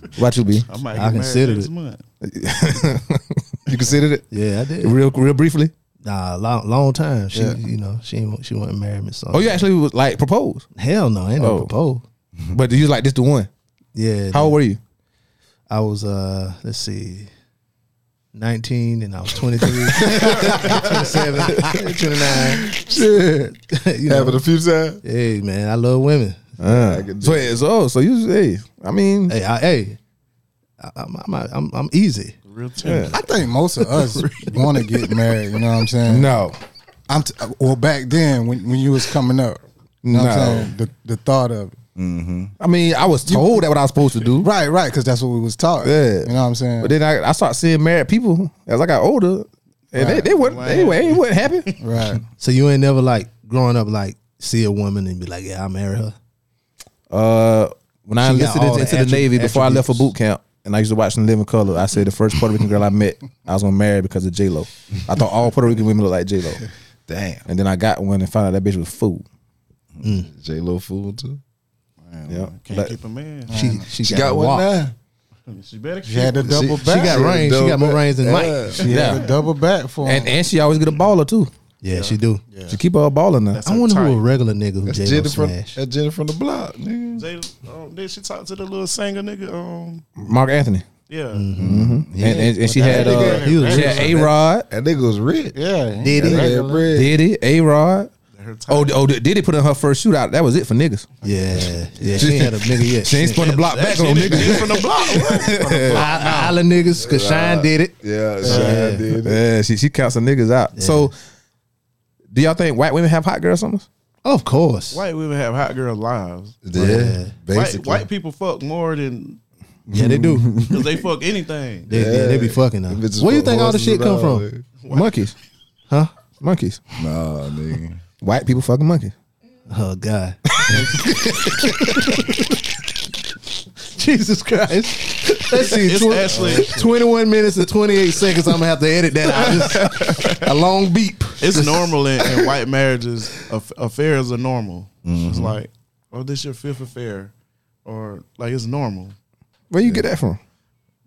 Speaker 1: What about you, B?
Speaker 3: I might
Speaker 5: I
Speaker 3: get
Speaker 5: considered
Speaker 3: married next
Speaker 5: it.
Speaker 3: month.
Speaker 1: You considered it?
Speaker 5: Yeah, I did.
Speaker 1: Real real briefly?
Speaker 5: Nah, long, long time. She, you know, she ain't, wa- she wasn't married me. So
Speaker 1: Oh, you actually was like proposed.
Speaker 5: hell no, ain't no
Speaker 1: Oh.
Speaker 5: propose.
Speaker 1: But you was like, this the one.
Speaker 5: Yeah,
Speaker 1: How old were you?
Speaker 5: I was uh let's see, nineteen and I was 23, 27, 29.
Speaker 2: Shit.
Speaker 5: you know,
Speaker 2: Having a few times?
Speaker 5: hey man, I love women.
Speaker 1: Uh,
Speaker 2: can do
Speaker 1: so, yeah, so, so you, hey, I mean,
Speaker 5: Hey, I, hey, I, I'm, I'm I'm I'm easy.
Speaker 3: Real tender.
Speaker 4: I think most of us want to get married. You know what I'm saying?
Speaker 1: no.
Speaker 4: I'm t- well back then when, when you was coming up. You know what I'm
Speaker 1: No.
Speaker 4: saying? The the thought of it.
Speaker 1: I mean, I was told that what I was supposed to do.
Speaker 4: Right, right, because that's what we was taught.
Speaker 1: Yeah.
Speaker 4: you know what I'm saying.
Speaker 1: But then I, I started seeing married people as I got older, and they, they weren't anyway. They weren't happy.
Speaker 4: right,
Speaker 5: So you ain't never like growing up like see a woman and be like, yeah, I marry her.
Speaker 1: Uh, when I
Speaker 5: She got
Speaker 1: enlisted
Speaker 5: all
Speaker 1: into,
Speaker 5: the
Speaker 1: into the
Speaker 5: attri-
Speaker 1: Navy before I left for
Speaker 5: attributes.
Speaker 1: boot camp, and I used to watch in Living Color, I said the first Puerto Rican girl I met, I was gonna marry because of J Lo. I thought all Puerto Rican women looked like J Lo,
Speaker 2: Damn.
Speaker 1: and then I got one and found out that bitch was fool.
Speaker 2: J Lo fool too.
Speaker 1: Yeah,
Speaker 3: Can't
Speaker 1: Like,
Speaker 3: keep a man.
Speaker 5: She she,
Speaker 2: She got one
Speaker 5: walk.
Speaker 2: now.
Speaker 3: She better keep
Speaker 4: she had the double
Speaker 2: she
Speaker 4: back.
Speaker 5: She got range. She got more range than Mike.
Speaker 2: Yeah.
Speaker 4: She had
Speaker 1: Yeah.
Speaker 4: the double back for him.
Speaker 1: and and she always get a baller too.
Speaker 5: Yeah, she do.
Speaker 1: She keep her a baller now.
Speaker 3: That's
Speaker 5: I
Speaker 3: her
Speaker 5: wonder who
Speaker 3: type.
Speaker 5: a regular nigga who
Speaker 2: That's
Speaker 5: J Lo
Speaker 2: Jenny from
Speaker 5: smash.
Speaker 2: that's Jenny from the block, nigga.
Speaker 3: Jay, um, did she talk to the little singer nigga? Um,
Speaker 1: Mark Anthony,
Speaker 3: yeah.
Speaker 4: Mm-hmm.
Speaker 1: and, and, and she
Speaker 2: that
Speaker 1: had uh,
Speaker 2: nigga-
Speaker 5: he was
Speaker 1: she had A Rod,
Speaker 2: That nigga was rich.
Speaker 4: yeah,
Speaker 5: Did he?
Speaker 2: Red bread.
Speaker 1: Diddy, A Rod.
Speaker 3: Her type.
Speaker 1: Oh, oh, Diddy put in her first shootout. That was it for niggas.
Speaker 5: Yeah, yeah. She ain't had a nigga yet.
Speaker 1: She ain't spun the block back on niggas.
Speaker 3: She from the block. right?
Speaker 5: I- Island niggas, cause Shine did it.
Speaker 2: Yeah, Shine did it.
Speaker 1: Yeah, she she counts the niggas out. So, do y'all think white women have hot girl summers?
Speaker 5: Of course.
Speaker 3: White women have hot girl lives.
Speaker 2: Yeah,
Speaker 3: White,
Speaker 2: basically.
Speaker 3: white people fuck more than
Speaker 5: Yeah, they do.
Speaker 3: because they fuck anything.
Speaker 5: They, they, they be fucking though.
Speaker 2: Them bitches
Speaker 5: Where you
Speaker 2: fuck
Speaker 5: think all the
Speaker 2: horses
Speaker 5: shit
Speaker 2: and
Speaker 5: come
Speaker 2: all
Speaker 5: from?
Speaker 2: that.
Speaker 1: Monkeys,
Speaker 5: Huh?
Speaker 1: monkeys.
Speaker 2: Nah, nigga.
Speaker 1: White people fucking monkeys.
Speaker 5: Oh God. Jesus Christ. Let's see.
Speaker 3: It's actually-
Speaker 5: 21 minutes and 28 seconds. I'm gonna have to edit that out. Just a long beep.
Speaker 3: It's normal in, in white marriages. Aff- affairs are normal. It's
Speaker 4: Mm-hmm.
Speaker 3: like, oh, this your fifth affair, or like it's normal.
Speaker 1: Where you get that from?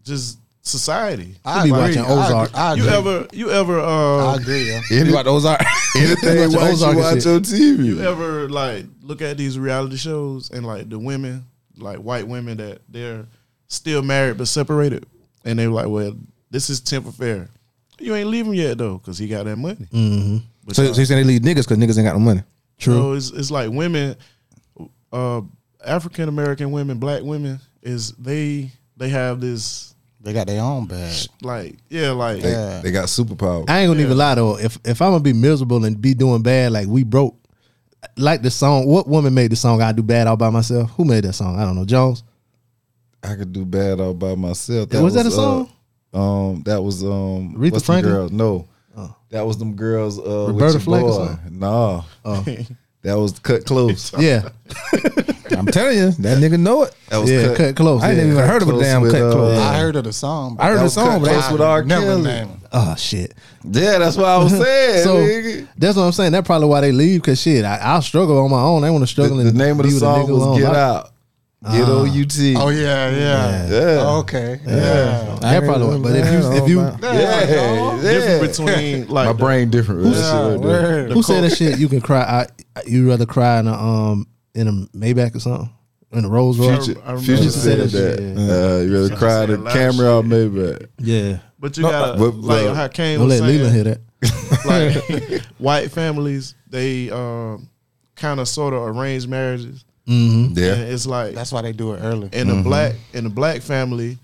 Speaker 3: Just society.
Speaker 4: I
Speaker 5: be
Speaker 4: agree.
Speaker 5: watching Ozark.
Speaker 4: I agree.
Speaker 3: You ever, you ever,
Speaker 4: I
Speaker 3: uh,
Speaker 4: agree. yeah.
Speaker 1: You like those are
Speaker 2: Anything
Speaker 5: Watch
Speaker 2: white you
Speaker 5: Ozark and
Speaker 2: watch
Speaker 5: shit.
Speaker 2: on TV.
Speaker 3: you ever like look at these reality shows and like the women, like white women that they're still married but separated, and they're like, well, this is temp affair. You ain't leaving yet though, cause he got that money.
Speaker 5: Mm,
Speaker 1: so, so you saying they leave niggas because niggas ain't got no money?
Speaker 3: So it's, it's like women, uh, African American women, black women is they they have this
Speaker 4: They got their own bag.
Speaker 3: like yeah like
Speaker 2: They,
Speaker 4: Yeah.
Speaker 2: they got superpowers.
Speaker 5: I ain't gonna even lie though. If if I'm gonna be miserable and be doing bad, like we broke, like the song. What woman made the song? I do bad all by myself. Who made that song? I don't know. Jones.
Speaker 2: I could do bad all by myself.
Speaker 5: was that a song?
Speaker 2: uh, um, that was um,
Speaker 5: Aretha
Speaker 2: what's
Speaker 5: Franklin? Oh.
Speaker 2: Girl? No, that was them girls. Uh,
Speaker 5: Roberta
Speaker 2: Roberta
Speaker 5: Flack or
Speaker 2: Flack. Nah, that was cut close.
Speaker 5: Yeah,
Speaker 1: I'm telling you, that nigga know it.
Speaker 2: That was
Speaker 5: yeah. Cut close.
Speaker 1: I ain't
Speaker 5: yeah.
Speaker 1: even heard of a
Speaker 2: Close
Speaker 1: damn
Speaker 2: with,
Speaker 1: cut
Speaker 2: uh,
Speaker 1: close.
Speaker 4: I heard of the song. But
Speaker 1: I heard
Speaker 2: that
Speaker 1: the
Speaker 2: was
Speaker 1: song,
Speaker 2: cut
Speaker 1: but
Speaker 2: close
Speaker 1: I,
Speaker 2: with R.
Speaker 4: never
Speaker 2: Kelly.
Speaker 4: name it.
Speaker 5: Oh shit.
Speaker 2: Yeah, that's what I was saying.
Speaker 5: so
Speaker 2: nigga.
Speaker 5: that's what I'm saying. That's probably why they leave. Cause shit, I, I'll struggle on my own. I want to
Speaker 2: The,
Speaker 5: struggle.
Speaker 2: the
Speaker 5: and
Speaker 2: name of the
Speaker 5: be with a
Speaker 2: song
Speaker 5: nigga
Speaker 2: was
Speaker 5: alone. Ah.
Speaker 2: "Get
Speaker 5: I-
Speaker 2: Out." Get O U T.
Speaker 4: Oh yeah, yeah.
Speaker 2: Yeah,
Speaker 4: Oh, Okay. Yeah.
Speaker 5: That probably. why. But if you if you
Speaker 4: oh,
Speaker 2: yeah, yeah.
Speaker 3: difference between like
Speaker 2: My brain different. with that shit right there.
Speaker 4: Word.
Speaker 5: who said that shit, you can cry. I you rather cry in a um in a Maybach or something in a Rolls Royce.
Speaker 2: Future,
Speaker 3: I remember
Speaker 2: Future
Speaker 3: that.
Speaker 2: said that. Uh, you rather cry
Speaker 3: said
Speaker 2: the
Speaker 3: a lot of
Speaker 2: camera out, maybe.
Speaker 5: Yeah,
Speaker 3: but you gotta
Speaker 2: but-
Speaker 3: like
Speaker 2: but-
Speaker 3: how Kane
Speaker 5: don't
Speaker 3: was
Speaker 5: let
Speaker 3: saying
Speaker 5: Leland hear that.
Speaker 3: like white families they um kind of sort of arrange marriages and
Speaker 2: Yeah,
Speaker 3: it's like
Speaker 4: That's why they do it early.
Speaker 3: in a black in a black family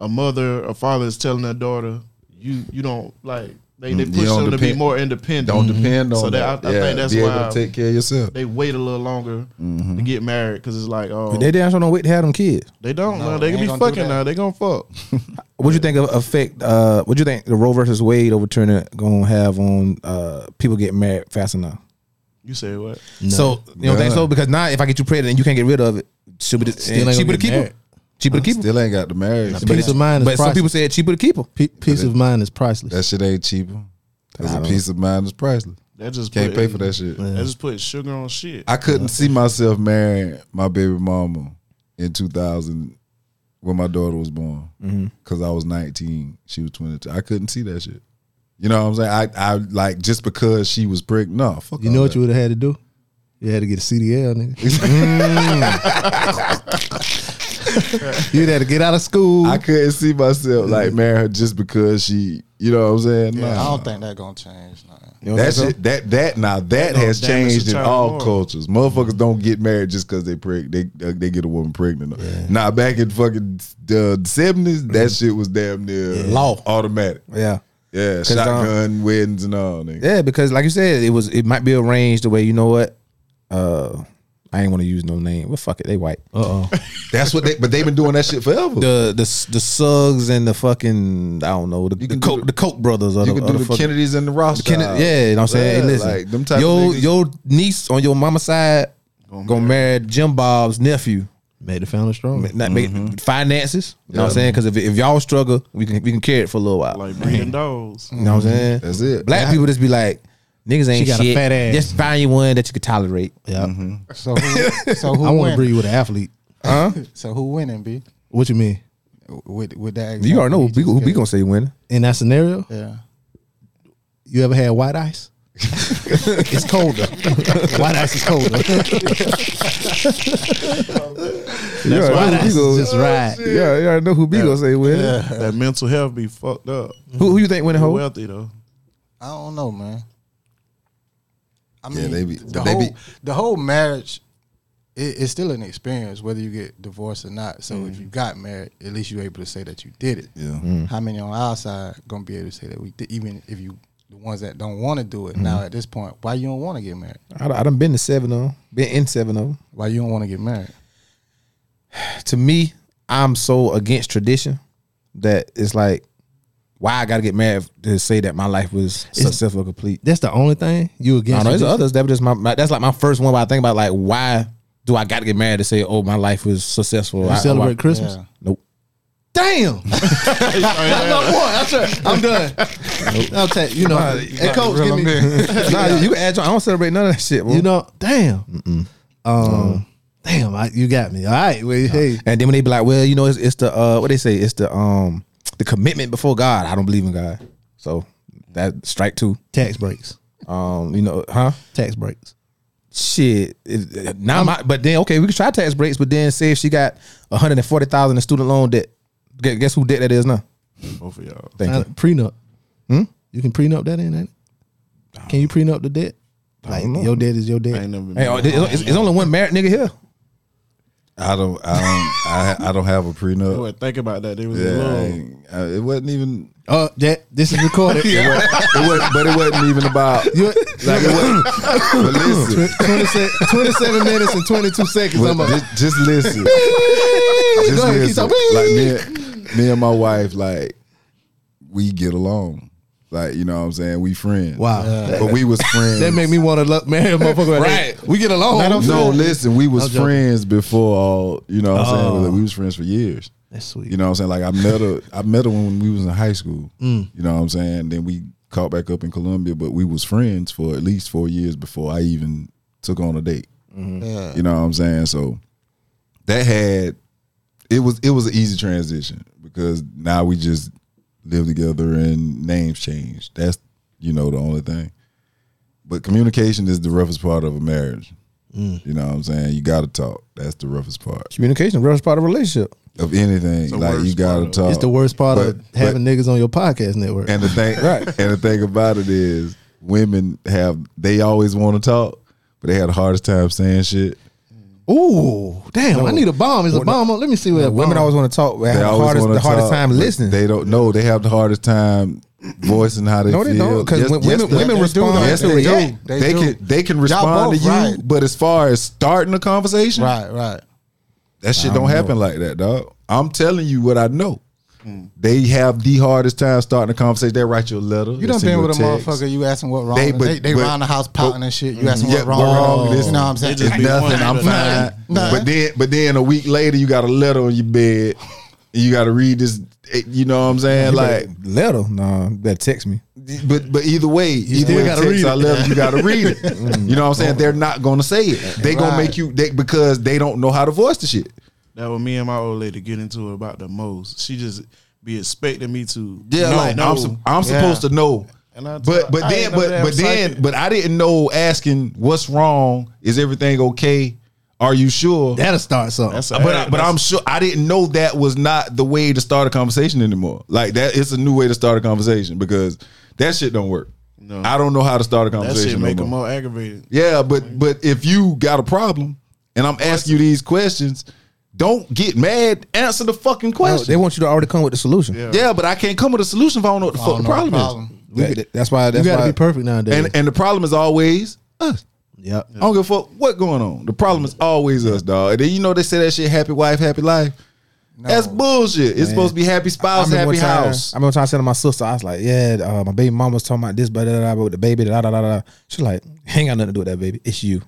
Speaker 3: a mother a father is telling their daughter you you don't like they, they
Speaker 2: Mm, you
Speaker 3: push
Speaker 2: don't
Speaker 3: them to be
Speaker 2: depend-
Speaker 3: more independent
Speaker 2: don't depend on
Speaker 3: Mm-hmm. so that, I-
Speaker 2: that.
Speaker 3: I,
Speaker 2: yeah,
Speaker 3: think that's
Speaker 2: be
Speaker 3: why
Speaker 2: able to take care Mm-hmm. of yourself.
Speaker 3: they wait a little longer to get married because it's like oh
Speaker 1: they
Speaker 3: they,
Speaker 1: damn sure don't wait to have them kids.
Speaker 3: don't
Speaker 4: No,
Speaker 3: no, they,
Speaker 4: they
Speaker 3: can
Speaker 4: ain't
Speaker 3: be
Speaker 4: gonna do
Speaker 3: fucking
Speaker 4: that.
Speaker 3: now they gonna fuck
Speaker 1: What you think of affect? Uh, what you think the Roe versus Wade overturning gonna have on uh, people getting married fast enough?
Speaker 3: you say what
Speaker 1: So you don't think so? Because now if I get you pregnant and you can't get rid of it, cheaper to,
Speaker 5: Still ain't
Speaker 1: and
Speaker 5: gonna
Speaker 1: cheaper to
Speaker 5: get
Speaker 1: keep
Speaker 5: married.
Speaker 1: her. Cheaper to keep her.
Speaker 2: Still ain't got the marriage.
Speaker 5: Peace of mind is
Speaker 1: But some
Speaker 5: priceless.
Speaker 1: people said cheaper to keep her.
Speaker 5: Pe- peace of mind is priceless.
Speaker 2: That shit ain't cheaper. Cause
Speaker 1: I
Speaker 2: a
Speaker 1: don't-
Speaker 2: peace of mind is priceless.
Speaker 3: that just
Speaker 2: Can't
Speaker 3: put-
Speaker 2: pay for that shit.
Speaker 3: that just put sugar on shit
Speaker 2: I couldn't see myself marrying my baby mama in 2000 when my daughter was born because I was 19. She was 22. I couldn't see that shit. You know what I'm saying? I, I like just because she was pregnant. No, fuck.
Speaker 5: You know what you would have had to do? You had to get a CDL, nigga. Mm. You'd had to get out of school.
Speaker 2: I couldn't see myself like marrying her just because she. You know what I'm saying?
Speaker 4: Yeah, I
Speaker 2: Nah.
Speaker 4: don't think that's gonna change. Nah.
Speaker 1: You know what I'm
Speaker 2: That
Speaker 1: saying?
Speaker 2: shit, that that now that
Speaker 3: gonna
Speaker 2: has
Speaker 3: damage
Speaker 2: changed
Speaker 3: the
Speaker 2: in
Speaker 3: child
Speaker 2: all
Speaker 3: more.
Speaker 2: cultures. Motherfuckers don't get married just because they preg- they uh, they get a woman pregnant. Now back in fucking the seventies, that shit was damn near
Speaker 1: Law.
Speaker 2: automatic.
Speaker 1: Yeah. I
Speaker 2: Yeah, um,
Speaker 1: don't-
Speaker 2: shotgun weddings and all. Nigga.
Speaker 1: Yeah, because like you said, it was it might be arranged the way you know what. Uh I ain't want to use no name. Well, fuck it, they white.
Speaker 5: Uh oh.
Speaker 2: That's what they. But they've been doing that shit forever.
Speaker 1: The the the Suggs and the fucking I don't know the the
Speaker 2: can
Speaker 1: Koch,
Speaker 2: do-
Speaker 1: the Koch brothers. Or
Speaker 2: you
Speaker 1: the,
Speaker 2: can
Speaker 1: or
Speaker 2: do
Speaker 1: the
Speaker 2: the,
Speaker 1: fucking-
Speaker 2: Kennedys and the Rothschilds.
Speaker 1: Kennedy- yeah, you know what I'm saying?
Speaker 2: Yeah,
Speaker 1: hey, listen,
Speaker 2: like, them type of
Speaker 1: your
Speaker 2: niggas-
Speaker 1: your niece on your mama's side gonna, marry Jim Bob's nephew.
Speaker 5: Made the family strong.
Speaker 1: Not make finances. You know what I'm saying? Because if, if y'all struggle, we can we can carry it for a little while.
Speaker 3: like breeding dogs.
Speaker 2: Mm-hmm.
Speaker 1: you know what I'm saying?
Speaker 2: That's it.
Speaker 1: Black people just be like, niggas ain't
Speaker 5: got a
Speaker 1: shit.
Speaker 5: fat ass.
Speaker 1: Just find you one that you could tolerate.
Speaker 5: Yeah.
Speaker 4: So who, so who
Speaker 5: I want to
Speaker 4: winning?
Speaker 5: breed with an athlete.
Speaker 4: So who winning, B?
Speaker 5: What you mean?
Speaker 4: With with that
Speaker 1: You already know who we,
Speaker 4: example he just
Speaker 1: who we
Speaker 4: gave.
Speaker 1: gonna say winning.
Speaker 5: In that scenario,
Speaker 4: Yeah.
Speaker 5: you ever had white ice? it's colder. white ice is colder.
Speaker 1: Yeah,
Speaker 5: white ice
Speaker 1: Beagle-
Speaker 5: is just right.
Speaker 1: Yeah, you already know who B gonna say winning.
Speaker 3: That mental health be fucked up.
Speaker 1: Who, who you think winning?
Speaker 3: They're
Speaker 1: Ho?
Speaker 3: wealthy though.
Speaker 4: I don't know, man. I mean,
Speaker 2: Yeah, they be-
Speaker 4: the,
Speaker 2: they
Speaker 4: whole,
Speaker 2: be-
Speaker 4: the whole marriage, it, it's still an experience whether you get divorced or not. So if you got married, at least you're able to say that you did it.
Speaker 2: Yeah. Mm.
Speaker 4: How many on our side gonna be able to say that we did? Even if you the ones that don't want to do it now at this point, why you don't want to get married?
Speaker 1: I, done- I done been to seven of them. Been in seven of them.
Speaker 4: Why you don't want to get married?
Speaker 1: To me, I'm so against tradition that it's like, why I gotta get married to say that my life was successful or complete.
Speaker 5: That's the only thing you
Speaker 1: I don't
Speaker 5: against.
Speaker 1: know. There's
Speaker 5: tradition?
Speaker 1: others. That was just my, my- That's like my first one. Where I think about like, why do I got to get married to say, oh, my life was successful? I-
Speaker 5: You
Speaker 1: I-
Speaker 5: celebrate
Speaker 1: I-
Speaker 5: Christmas?
Speaker 4: Yeah.
Speaker 1: Nope.
Speaker 5: Damn. That's not one. That's right. I'm done. I'll take you know. hey, coach, give me.
Speaker 1: nah, you can add. your- I don't celebrate none of that shit. Bro.
Speaker 5: You know, damn. Um, damn. I, you got me. All right. Well, hey.
Speaker 1: And then when they be like, well, you know, it's, it's the uh, what they say, it's the um, the commitment before God. I don't believe in God, so that strike two.
Speaker 5: Tax breaks.
Speaker 1: Um, you know, huh?
Speaker 5: Tax breaks.
Speaker 1: Shit. It, now my, but then okay, we can try tax breaks, but then say if she got one hundred and forty thousand in student loan debt, Gu- guess who debt that is now?
Speaker 3: Both of y'all.
Speaker 1: Thank
Speaker 5: Uh,
Speaker 1: you.
Speaker 5: prenup.
Speaker 2: Hmm?
Speaker 5: You can prenup that in, ain't it? Can you prenup the debt? Like
Speaker 1: know.
Speaker 5: your debt is your
Speaker 3: I ain't
Speaker 5: debt.
Speaker 3: never been.
Speaker 1: Hey, oh, it's, it's only one married nigga here.
Speaker 2: I don't. I don't. I, I don't have a prenup.
Speaker 3: Boy, think about that. They was in
Speaker 2: Yeah, I
Speaker 3: love.
Speaker 2: ain't- I- it wasn't even.
Speaker 5: Oh, that this is recorded.
Speaker 2: It wasn't, it wasn't, but it wasn't even about. Like
Speaker 5: You're-
Speaker 2: it wasn't. But listen,
Speaker 5: 27, 27 minutes and 22 seconds.
Speaker 2: but
Speaker 5: I'm a,
Speaker 2: just, just listen.
Speaker 5: Go
Speaker 2: just
Speaker 5: ahead, keep
Speaker 2: listen.
Speaker 5: talking.
Speaker 2: Like me, and, me and my wife, like we get along. Like you know what I'm saying. We friends.
Speaker 5: wow.
Speaker 2: But we was friends.
Speaker 5: That make me want to look, marry a motherfucker.
Speaker 1: Right.
Speaker 5: We get along.
Speaker 2: no, listen, we was
Speaker 5: I'm joking.
Speaker 2: friends before all, you know what I'm
Speaker 5: Oh.
Speaker 2: saying? Like, we was friends for years.
Speaker 5: That's sweet.
Speaker 2: You know what I'm saying? Like I met her I met her when we was in high school.
Speaker 5: Mm.
Speaker 2: You know what I'm saying? Then we caught back up in Columbia, but we was friends for at least four years before I even took on a date.
Speaker 5: Mm-hmm.
Speaker 4: Yeah.
Speaker 2: You know what I'm saying? So that had it was it was an easy transition because now we just live together and names change. That's you know the only thing. But communication is the roughest part of a marriage.
Speaker 5: Mm.
Speaker 2: You know what I'm saying? You got to talk. That's the roughest part
Speaker 1: Communication, real part of a relationship.
Speaker 2: of anything. Like you
Speaker 3: worst
Speaker 2: got
Speaker 3: part
Speaker 2: to
Speaker 3: of-
Speaker 2: talk.
Speaker 5: It's the worst part
Speaker 2: Uh, But-
Speaker 5: of having niggas on your podcast network.
Speaker 2: And the thing,
Speaker 1: Right.
Speaker 2: and the thing about it is, women have they always want to talk, but they had the hardest time saying shit.
Speaker 5: Ooh, damn! I need a bomb. Is a bomb? on? Let me see where that
Speaker 1: Women
Speaker 5: bomb-
Speaker 1: always want to talk. but
Speaker 2: They
Speaker 1: have the
Speaker 2: always
Speaker 1: hardest,
Speaker 2: wanna
Speaker 1: the hardest
Speaker 2: talk,
Speaker 1: time
Speaker 2: but
Speaker 1: listening.
Speaker 2: They don't know. They have the hardest time voicing how they
Speaker 1: no,
Speaker 2: feel.
Speaker 1: they don't. Because
Speaker 2: Yes-
Speaker 1: when
Speaker 2: yes,
Speaker 1: women,
Speaker 2: they-
Speaker 1: women
Speaker 4: do.
Speaker 1: respond,
Speaker 2: Yes,
Speaker 1: they
Speaker 2: they,
Speaker 1: react.
Speaker 2: do.
Speaker 4: They
Speaker 2: They,
Speaker 4: do.
Speaker 2: can they can
Speaker 4: both
Speaker 2: respond to you,
Speaker 4: right.
Speaker 2: but as far as starting a conversation,
Speaker 4: Right, right.
Speaker 2: that shit don't, happen like that, dog. I'm telling you what I know.
Speaker 1: Hmm.
Speaker 2: They have the hardest time starting a conversation. They write you a letter.
Speaker 4: You done
Speaker 2: they send
Speaker 4: been
Speaker 2: you
Speaker 4: with a
Speaker 2: text.
Speaker 4: motherfucker. You asking what wrong?
Speaker 2: They-
Speaker 4: They
Speaker 2: but-
Speaker 4: they, they
Speaker 2: but- Mm.
Speaker 4: round the house pouting and shit. You asking
Speaker 2: Yeah,
Speaker 4: what wrong?
Speaker 2: wrong.
Speaker 4: with it?
Speaker 2: This-
Speaker 4: you know what I'm saying?
Speaker 3: They just
Speaker 2: It's
Speaker 3: be
Speaker 2: nothing.
Speaker 3: one
Speaker 2: I'm
Speaker 3: ain't nothing.
Speaker 2: fine.
Speaker 4: Nah.
Speaker 2: But then, but then a week later, you got a letter on your bed. And you got to read this. eh, You know what I'm saying? Like,
Speaker 1: let her. Nah, that text me.
Speaker 2: but but either way, either
Speaker 5: still
Speaker 2: way,
Speaker 5: gotta
Speaker 2: text
Speaker 5: read
Speaker 2: I
Speaker 5: it.
Speaker 2: love you. You got to read it. Mm. You know what I'm saying? They're not gonna say it. They gonna
Speaker 4: Right.
Speaker 2: make you they, because they don't know how to voice the shit.
Speaker 3: That what me and my old lady get into about the most. She just be expecting me to.
Speaker 2: Yeah,
Speaker 3: no,
Speaker 2: like
Speaker 3: no.
Speaker 2: I'm su- I'm supposed to know.
Speaker 3: And I-
Speaker 2: but but
Speaker 3: I
Speaker 2: then
Speaker 3: ain't no
Speaker 2: but
Speaker 3: damn
Speaker 2: but then
Speaker 3: psychic.
Speaker 2: but I didn't know asking what's wrong. Is everything okay? Are you sure?
Speaker 5: That'll start something.
Speaker 3: That's a-
Speaker 2: but I, but
Speaker 3: that's-
Speaker 2: I'm sure I didn't know that was not the way to start a conversation anymore. Like that, it's a new way to start a conversation because that shit don't work.
Speaker 3: No.
Speaker 2: I don't know how to start a
Speaker 3: that shit
Speaker 2: conversation. no
Speaker 3: make
Speaker 2: more.
Speaker 3: them more aggravated.
Speaker 2: Yeah, but but if you got a problem and I'm asking you these questions, don't get mad. Answer the fucking
Speaker 5: Oh,
Speaker 1: No,
Speaker 2: question.
Speaker 1: they want you to already come with the solution.
Speaker 3: Yeah.
Speaker 2: yeah, but I can't come with a solution if I don't know what the
Speaker 4: I don't
Speaker 2: fuck the
Speaker 4: know what
Speaker 2: problem,
Speaker 4: the problem.
Speaker 1: That- that's why.
Speaker 5: you
Speaker 1: That's
Speaker 5: got
Speaker 1: why.
Speaker 5: to be perfect nowadays.
Speaker 2: is. And and the problem is always us.
Speaker 5: Yep.
Speaker 2: I don't give a fuck what going on. The problem is always us, dog. And then you know they say that shit, happy wife, happy life. That's bullshit. It's supposed to be happy spouse,
Speaker 1: remember
Speaker 2: happy
Speaker 1: one time-
Speaker 2: house.
Speaker 1: I remember trying to say to my sister, I was like, "Yeah, uh, my baby mom was talking about this, but da, da, da, with the baby, da da da da." She's like, "Ain't got nothing to do with that, baby. It's you."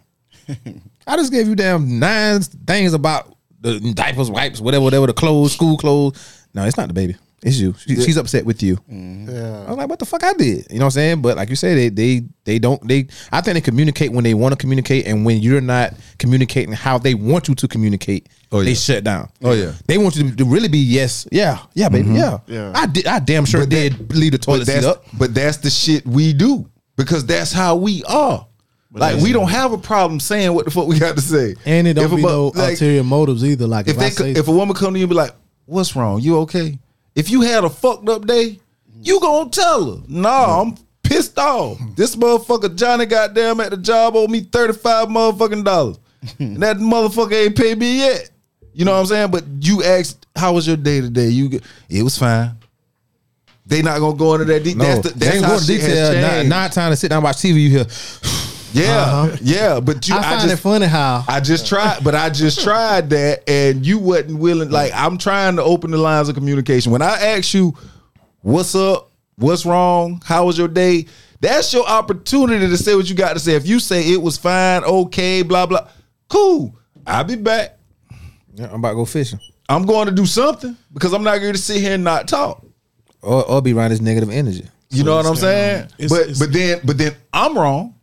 Speaker 1: I just gave you damn nine things about the diapers, wipes, whatever, whatever, the clothes, school clothes. No, it's not the baby. It's you. She, She's upset with you.
Speaker 2: Mm.
Speaker 1: I
Speaker 4: Yeah.
Speaker 1: was like, "What the fuck I did?" You know what I'm saying? But like you say, they they they don't they. I think they communicate when they want to communicate, and when you're not communicating how they want you to communicate,
Speaker 2: Oh, yeah.
Speaker 1: they shut down.
Speaker 2: Oh, yeah. Mm-hmm.
Speaker 1: they want you to, to really be yes, yeah, yeah, baby, yeah,
Speaker 3: Yeah.
Speaker 1: I did. I damn sure did leave the
Speaker 2: But
Speaker 1: toilet seat
Speaker 2: that's,
Speaker 1: up.
Speaker 2: but that's the shit we do because that's how we are. like we don't have a problem saying what the fuck we got to say,
Speaker 5: And it don't
Speaker 2: If a
Speaker 5: be
Speaker 2: bu-
Speaker 5: no
Speaker 2: like,
Speaker 5: ulterior motives either. Like if,
Speaker 2: If
Speaker 5: I
Speaker 2: they,
Speaker 5: say,
Speaker 2: if a woman come to you and be like, "What's wrong? You okay?" If you had a fucked up day, you gonna tell her, "Nah, I'm pissed off. This motherfucker Johnny goddamn at the job owed me thirty five motherfucking dollars, and that motherfucker ain't paid me yet." You know what I'm saying? But you asked, "How was your day today?" You, g- it was fine. They not gonna go into that deep.
Speaker 1: No,
Speaker 2: that's the, that's how shit has
Speaker 1: Not,
Speaker 2: changed.
Speaker 1: not time to sit down and watch TV. You hear?
Speaker 2: yeah, yeah. But you,
Speaker 5: uh-huh. I find
Speaker 2: just,
Speaker 5: it funny how
Speaker 2: I just tried, but I just tried that, and you wasn't willing. Like I'm trying to open the lines of communication. When I ask you, "What's up? What's wrong? How was your day?" That's your opportunity to say what you got to say. If you say it was fine, okay, blah blah, cool. I'll be back.
Speaker 1: Yeah, I'm about to go fishing,
Speaker 2: I'm going to do something because I'm not going to sit here and not talk.
Speaker 1: or, or be around this negative energy.
Speaker 2: You know what I'm saying?
Speaker 3: It's-
Speaker 2: but
Speaker 3: it's-
Speaker 2: but then but then I'm wrong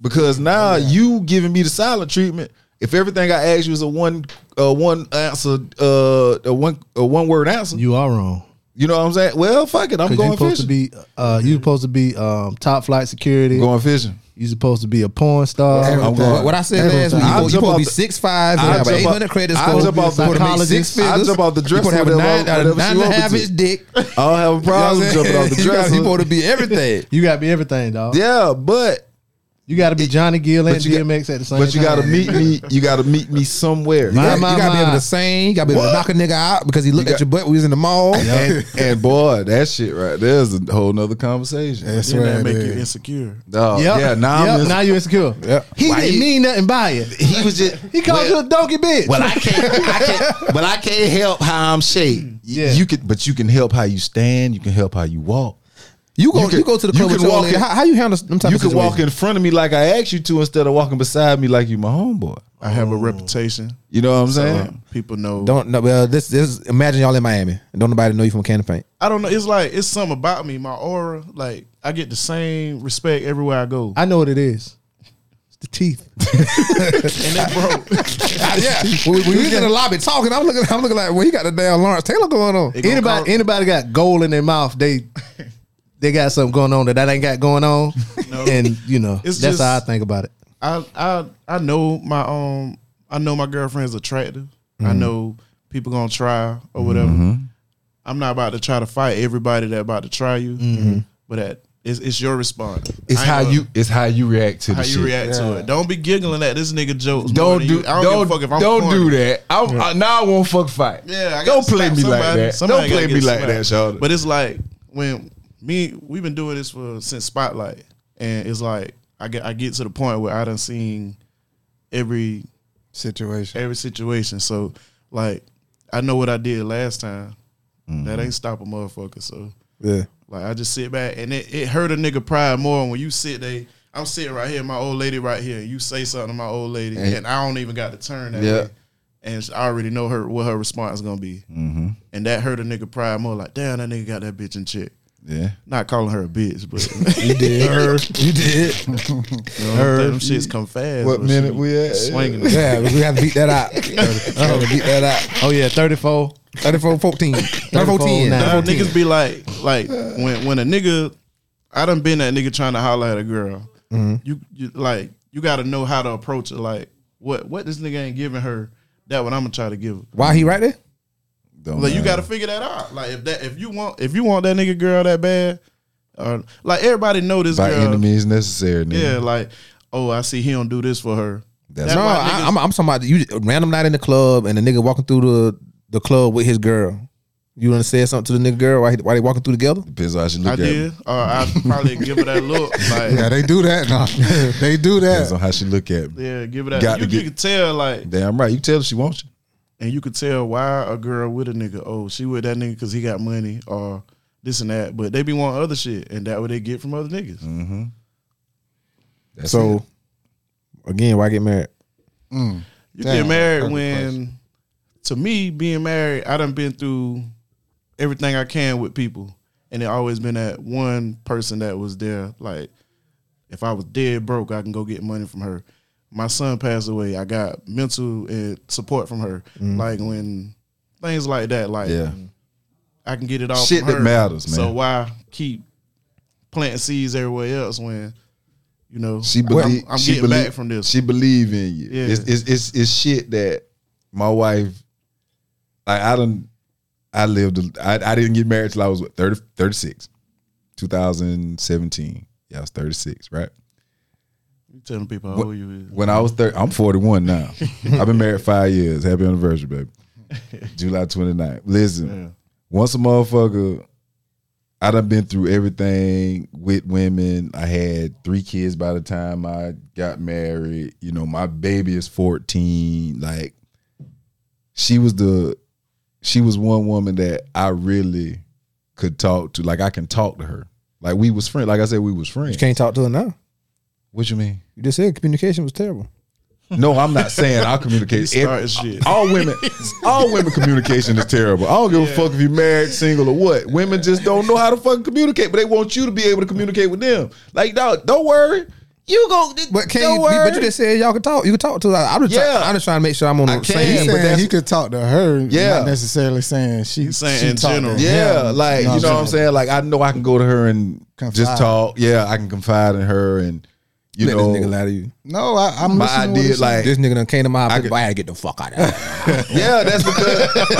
Speaker 2: because
Speaker 5: Oh,
Speaker 2: now you giving me the silent treatment. If everything I ask you is a one uh, one answer uh a one a one word answer, you,
Speaker 5: you are wrong.
Speaker 2: know what I'm saying? Well, fuck it, I'm
Speaker 5: Cause you
Speaker 2: going
Speaker 5: supposed
Speaker 2: fishing.
Speaker 5: to be uh, you supposed to be um, top flight security.
Speaker 2: I'm going fishing.
Speaker 5: You supposed to be a porn star.
Speaker 2: I'm going-
Speaker 1: What, what I said
Speaker 5: Everything.
Speaker 1: last week,
Speaker 2: I'll
Speaker 1: you supposed- you
Speaker 2: jump
Speaker 1: supposed to be
Speaker 2: off the-
Speaker 1: six five and
Speaker 2: I'll
Speaker 1: have an
Speaker 2: jump
Speaker 1: eight
Speaker 2: off-
Speaker 1: hundred credit
Speaker 2: I'll
Speaker 1: score.
Speaker 2: jump off the-
Speaker 1: supposed to make six
Speaker 5: psychologist.
Speaker 1: figures.
Speaker 2: I'll jump off the
Speaker 1: You
Speaker 2: dresser
Speaker 1: supposed to have a nine,
Speaker 2: whatever-
Speaker 1: a
Speaker 2: whatever she
Speaker 1: nine and a
Speaker 2: want me
Speaker 1: half
Speaker 2: to.
Speaker 1: inch dick.
Speaker 2: I don't have a problem jumping off the dresser.
Speaker 1: He's supposed to be everything.
Speaker 5: You gotta be everything, dog.
Speaker 2: yeah, but
Speaker 5: You gotta be Johnny Gill and
Speaker 2: but you got-
Speaker 5: DMX at the same time.
Speaker 2: but you got to meet me. You got to meet me somewhere.
Speaker 5: My,
Speaker 1: you
Speaker 5: my,
Speaker 1: gotta be able
Speaker 5: my.
Speaker 1: to sing. You gotta be able to knock a nigga out because he looked
Speaker 2: You
Speaker 1: at your butt when we was in the mall.
Speaker 2: And, and boy, that shit right there's a whole nother conversation.
Speaker 4: That's
Speaker 3: Then that
Speaker 4: right.
Speaker 3: make you
Speaker 4: man.
Speaker 3: insecure.
Speaker 2: Dog,
Speaker 5: Yep.
Speaker 2: uh, Yeah, now
Speaker 5: Yep.
Speaker 2: I'm
Speaker 5: now you insecure.
Speaker 1: Yep.
Speaker 5: He
Speaker 2: Why
Speaker 5: didn't
Speaker 2: you-
Speaker 5: mean nothing by it.
Speaker 2: he was just
Speaker 5: He called you
Speaker 2: well,
Speaker 5: a donkey bitch.
Speaker 2: well, I can't, I can't, but I can't help how I'm shaped.
Speaker 5: Yeah.
Speaker 2: You can, but you can help how you stand. You can help how you walk.
Speaker 1: You go,
Speaker 2: You
Speaker 1: you,
Speaker 2: can-
Speaker 1: go to the
Speaker 2: you
Speaker 1: club
Speaker 2: can
Speaker 1: with your
Speaker 2: walk
Speaker 1: old lady.
Speaker 2: in-
Speaker 1: How, how you handle them type
Speaker 2: you
Speaker 1: of
Speaker 2: can walk
Speaker 1: situations?
Speaker 2: in front of me like I asked you to, instead of walking beside me like you my homeboy.
Speaker 3: I have a reputation.
Speaker 2: You know what I'm saying?
Speaker 3: Uh, Mm. people know.
Speaker 1: Don't no, well, this this imagine y'all in Miami. Don't nobody know you from a can of paint.
Speaker 3: I don't know. It's like it's something about me, my aura. Like I get the same respect everywhere I go.
Speaker 5: I know what it is. It's the teeth.
Speaker 3: and that bro,
Speaker 1: yeah, when we, when we was in the lobby talking, I'm looking, I'm looking like, well, he got the damn Lawrence Taylor going on.
Speaker 3: They gonna
Speaker 5: Anybody
Speaker 3: call-
Speaker 5: anybody got gold in their mouth, they they got something going on that I ain't got going on. And you know,
Speaker 3: It's
Speaker 5: that's
Speaker 3: just-
Speaker 5: how I think about it.
Speaker 3: I I I know my um I know my girlfriend's attractive.
Speaker 2: Mm-hmm.
Speaker 3: I know people gonna try or whatever. I'm not about to try to fight everybody that about to try you, but that it's, it's your response.
Speaker 2: Mm-hmm. It's
Speaker 3: I ain't
Speaker 2: how
Speaker 3: gonna-
Speaker 2: you, it's how you react to
Speaker 3: how
Speaker 2: the
Speaker 3: you
Speaker 2: shit.
Speaker 3: react to it. Don't be giggling at this nigga jokes. more
Speaker 2: Don't
Speaker 3: than
Speaker 2: do,
Speaker 3: you.
Speaker 2: not
Speaker 3: I don't,
Speaker 2: do
Speaker 3: give a fuck if I'm
Speaker 2: don't
Speaker 3: corny.
Speaker 2: do that. I'm, I, now I won't fuck fight.
Speaker 3: Yeah, I gotta
Speaker 2: don't play
Speaker 3: slap
Speaker 2: me like
Speaker 3: somebody.
Speaker 2: that.
Speaker 3: Somebody
Speaker 2: don't play
Speaker 3: gotta
Speaker 2: me
Speaker 3: get
Speaker 2: like
Speaker 3: slapped.
Speaker 2: that, Shawty.
Speaker 3: But it's like when me, we've been doing this for since Spotlight, and it's like I get I get to the point where I done seen every
Speaker 4: Situation.
Speaker 3: every situation. So like I know what I did last time.
Speaker 2: Mm-hmm.
Speaker 3: That ain't stop a motherfucker. So
Speaker 1: Yeah,
Speaker 3: like I just sit back and it, it hurt a nigga pride more when you sit there. I'm sitting right here, my old lady right here. You say something to my old lady, and, I don't even got to turn that
Speaker 2: Yeah.
Speaker 3: way. And I already know her what her response is gonna be,
Speaker 2: Mm-hmm.
Speaker 3: and that hurt a nigga pride more. Like damn, that nigga got that bitch in check.
Speaker 2: yeah.
Speaker 3: Not calling her a bitch, but
Speaker 1: you did, you did.
Speaker 3: them shits come fast.
Speaker 2: What
Speaker 3: but
Speaker 2: minute
Speaker 3: she
Speaker 2: we at?
Speaker 3: Swinging.
Speaker 1: Yeah, we have to beat that out. I have to beat that out.
Speaker 5: Oh yeah, thirty four.
Speaker 1: 34 14. 34 10.
Speaker 5: now.
Speaker 3: That's what
Speaker 5: 13.
Speaker 3: niggas be like, like when when a nigga, I done been that nigga trying to holler at a girl.
Speaker 2: Mm-hmm.
Speaker 3: You, you like you got to know how to approach it. Like what what this nigga ain't giving her that what I'm gonna try to give her.
Speaker 1: Why he right there?
Speaker 2: Don't
Speaker 3: Like you
Speaker 2: matter.
Speaker 3: got to figure that out. Like if that if you want if you want that nigga girl that bad, or like everybody know this
Speaker 2: by
Speaker 3: girl.
Speaker 2: any means necessary. Nigga.
Speaker 3: Yeah, like oh I see he don't do this for her.
Speaker 2: That's
Speaker 1: No,
Speaker 3: why
Speaker 1: I,
Speaker 3: niggas-
Speaker 1: I'm, I'm talking about you random night in the club and a nigga walking through the, the club with his girl. You want to say something to the nigga girl while, he, while they walking through together?
Speaker 2: Depends how she
Speaker 3: I
Speaker 2: look at me.
Speaker 3: did, or I probably give her that look. Like,
Speaker 4: Yeah,
Speaker 3: yeah,
Speaker 4: they do that. Nah. they do
Speaker 2: Depends
Speaker 4: that.
Speaker 2: on how she look at me.
Speaker 3: give her that.
Speaker 2: Got
Speaker 3: you,
Speaker 2: to
Speaker 3: you
Speaker 2: get-
Speaker 3: could tell, like,
Speaker 2: Damn right. You tell her she wants you.
Speaker 3: and you could tell why a girl with a nigga, oh, she with that nigga because he got money or this and that. But they be wanting other shit, and that what they get from other niggas.
Speaker 2: That's
Speaker 1: so
Speaker 2: it.
Speaker 1: again, why get married?
Speaker 3: You
Speaker 4: Damn,
Speaker 3: get married
Speaker 2: perfect
Speaker 3: when, to me, being married, I done been through everything I can with people, and it always been that one person that was there. Like, if I was dead broke, I can go get money from her. My son passed away. I got mental uh, support from her. Like when things like that, like
Speaker 2: Mm. yeah.
Speaker 3: I can get it all.
Speaker 2: Shit
Speaker 3: from
Speaker 2: that
Speaker 3: her.
Speaker 2: matters, man.
Speaker 3: So why keep planting seeds everywhere else when you know
Speaker 2: She believe.
Speaker 3: I'm, I'm
Speaker 2: she
Speaker 3: getting
Speaker 2: believe,
Speaker 3: back from this?
Speaker 2: She believe in you.
Speaker 3: Yeah.
Speaker 2: It's, it's it's it's shit that my wife. Like I don't. I lived. a- I I didn't get married till I was what, 30, 36. 2017. Yeah, I was 36, right?
Speaker 3: you telling people how old you is.
Speaker 2: When I was 30, I'm 41 now. I've been married five years. Happy anniversary, baby. July 29th. Listen, once a motherfucker, I done been through everything with women. I had three kids by the time I got married. You know, my baby is 14. Like, she was the, she was one woman that I really could talk to. Like, I can talk to her. Like, we was friends. Like I said, we was
Speaker 1: You
Speaker 2: friends.
Speaker 1: can't talk to her now.
Speaker 2: What you mean?
Speaker 1: You just said communication was terrible.
Speaker 2: No, I'm not saying I communicate.
Speaker 3: He
Speaker 2: Every,
Speaker 3: started shit.
Speaker 2: All women, all women communication is terrible. I don't give a fuck if you're married, single, or what. Women just don't know how to fucking communicate, but they want you to be able to communicate with them. Like, dog, don't worry. You go.
Speaker 1: But can
Speaker 2: don't
Speaker 1: you?
Speaker 2: Worry.
Speaker 1: But you just said y'all could talk. You could talk to her. I'm just,
Speaker 2: Yeah.
Speaker 1: try, I'm just trying to make sure I'm on the
Speaker 2: can,
Speaker 1: same.
Speaker 2: Yeah,
Speaker 4: He's
Speaker 2: but
Speaker 4: saying
Speaker 2: that's-
Speaker 4: he could talk to her, yeah.
Speaker 2: Yeah.
Speaker 4: not necessarily saying she.
Speaker 3: He's saying
Speaker 4: she
Speaker 3: in
Speaker 4: talked to
Speaker 3: general.
Speaker 4: him.
Speaker 2: yeah, like you know what I'm
Speaker 4: I'm
Speaker 2: saying. Like I know I can go to her and
Speaker 4: Confide.
Speaker 2: just talk. Yeah, I can confide in her and you
Speaker 1: Let
Speaker 2: know
Speaker 1: this nigga lie to you.
Speaker 4: No, I, I'm.
Speaker 2: my
Speaker 4: listening to what
Speaker 2: idea.
Speaker 4: he's saying.
Speaker 2: Like
Speaker 1: This nigga done came to my house.
Speaker 2: could-
Speaker 1: but I had to get the fuck out of here.
Speaker 2: yeah, that's because that's,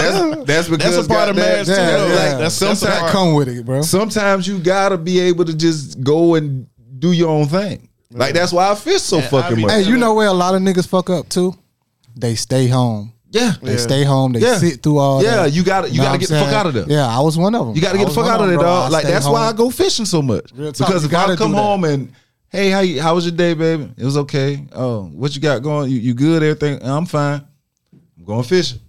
Speaker 2: that's because
Speaker 3: That's a part
Speaker 2: goddamn-
Speaker 3: of marriage too.
Speaker 4: yeah,
Speaker 3: though.
Speaker 4: yeah.
Speaker 3: Like, that's
Speaker 2: Sometimes-
Speaker 3: sometimes
Speaker 4: that come with it, bro.
Speaker 2: sometimes you gotta be able to just go and do your own thing. Like that's why I fish so
Speaker 3: I
Speaker 2: fucking
Speaker 3: be-
Speaker 2: much.
Speaker 4: Hey, you know where a lot of niggas fuck up too? They stay home.
Speaker 2: yeah,
Speaker 4: They stay home. They
Speaker 2: Yeah.
Speaker 4: sit through all.
Speaker 2: yeah.
Speaker 4: that.
Speaker 2: You gotta you
Speaker 4: Know what
Speaker 2: gotta
Speaker 4: I'm
Speaker 2: get the fuck
Speaker 4: saying?
Speaker 2: out of there.
Speaker 4: Yeah, I was one of them.
Speaker 2: You gotta get the fuck out of there, dog. Like that's why I go fishing so much.
Speaker 4: Real talk,
Speaker 2: Because
Speaker 4: you
Speaker 2: if I
Speaker 4: gotta
Speaker 2: come
Speaker 4: do that.
Speaker 2: home and hey, how you, how was your day, baby? It was okay. Oh, what you got going? You, you good? Everything? I'm fine. I'm going fishing.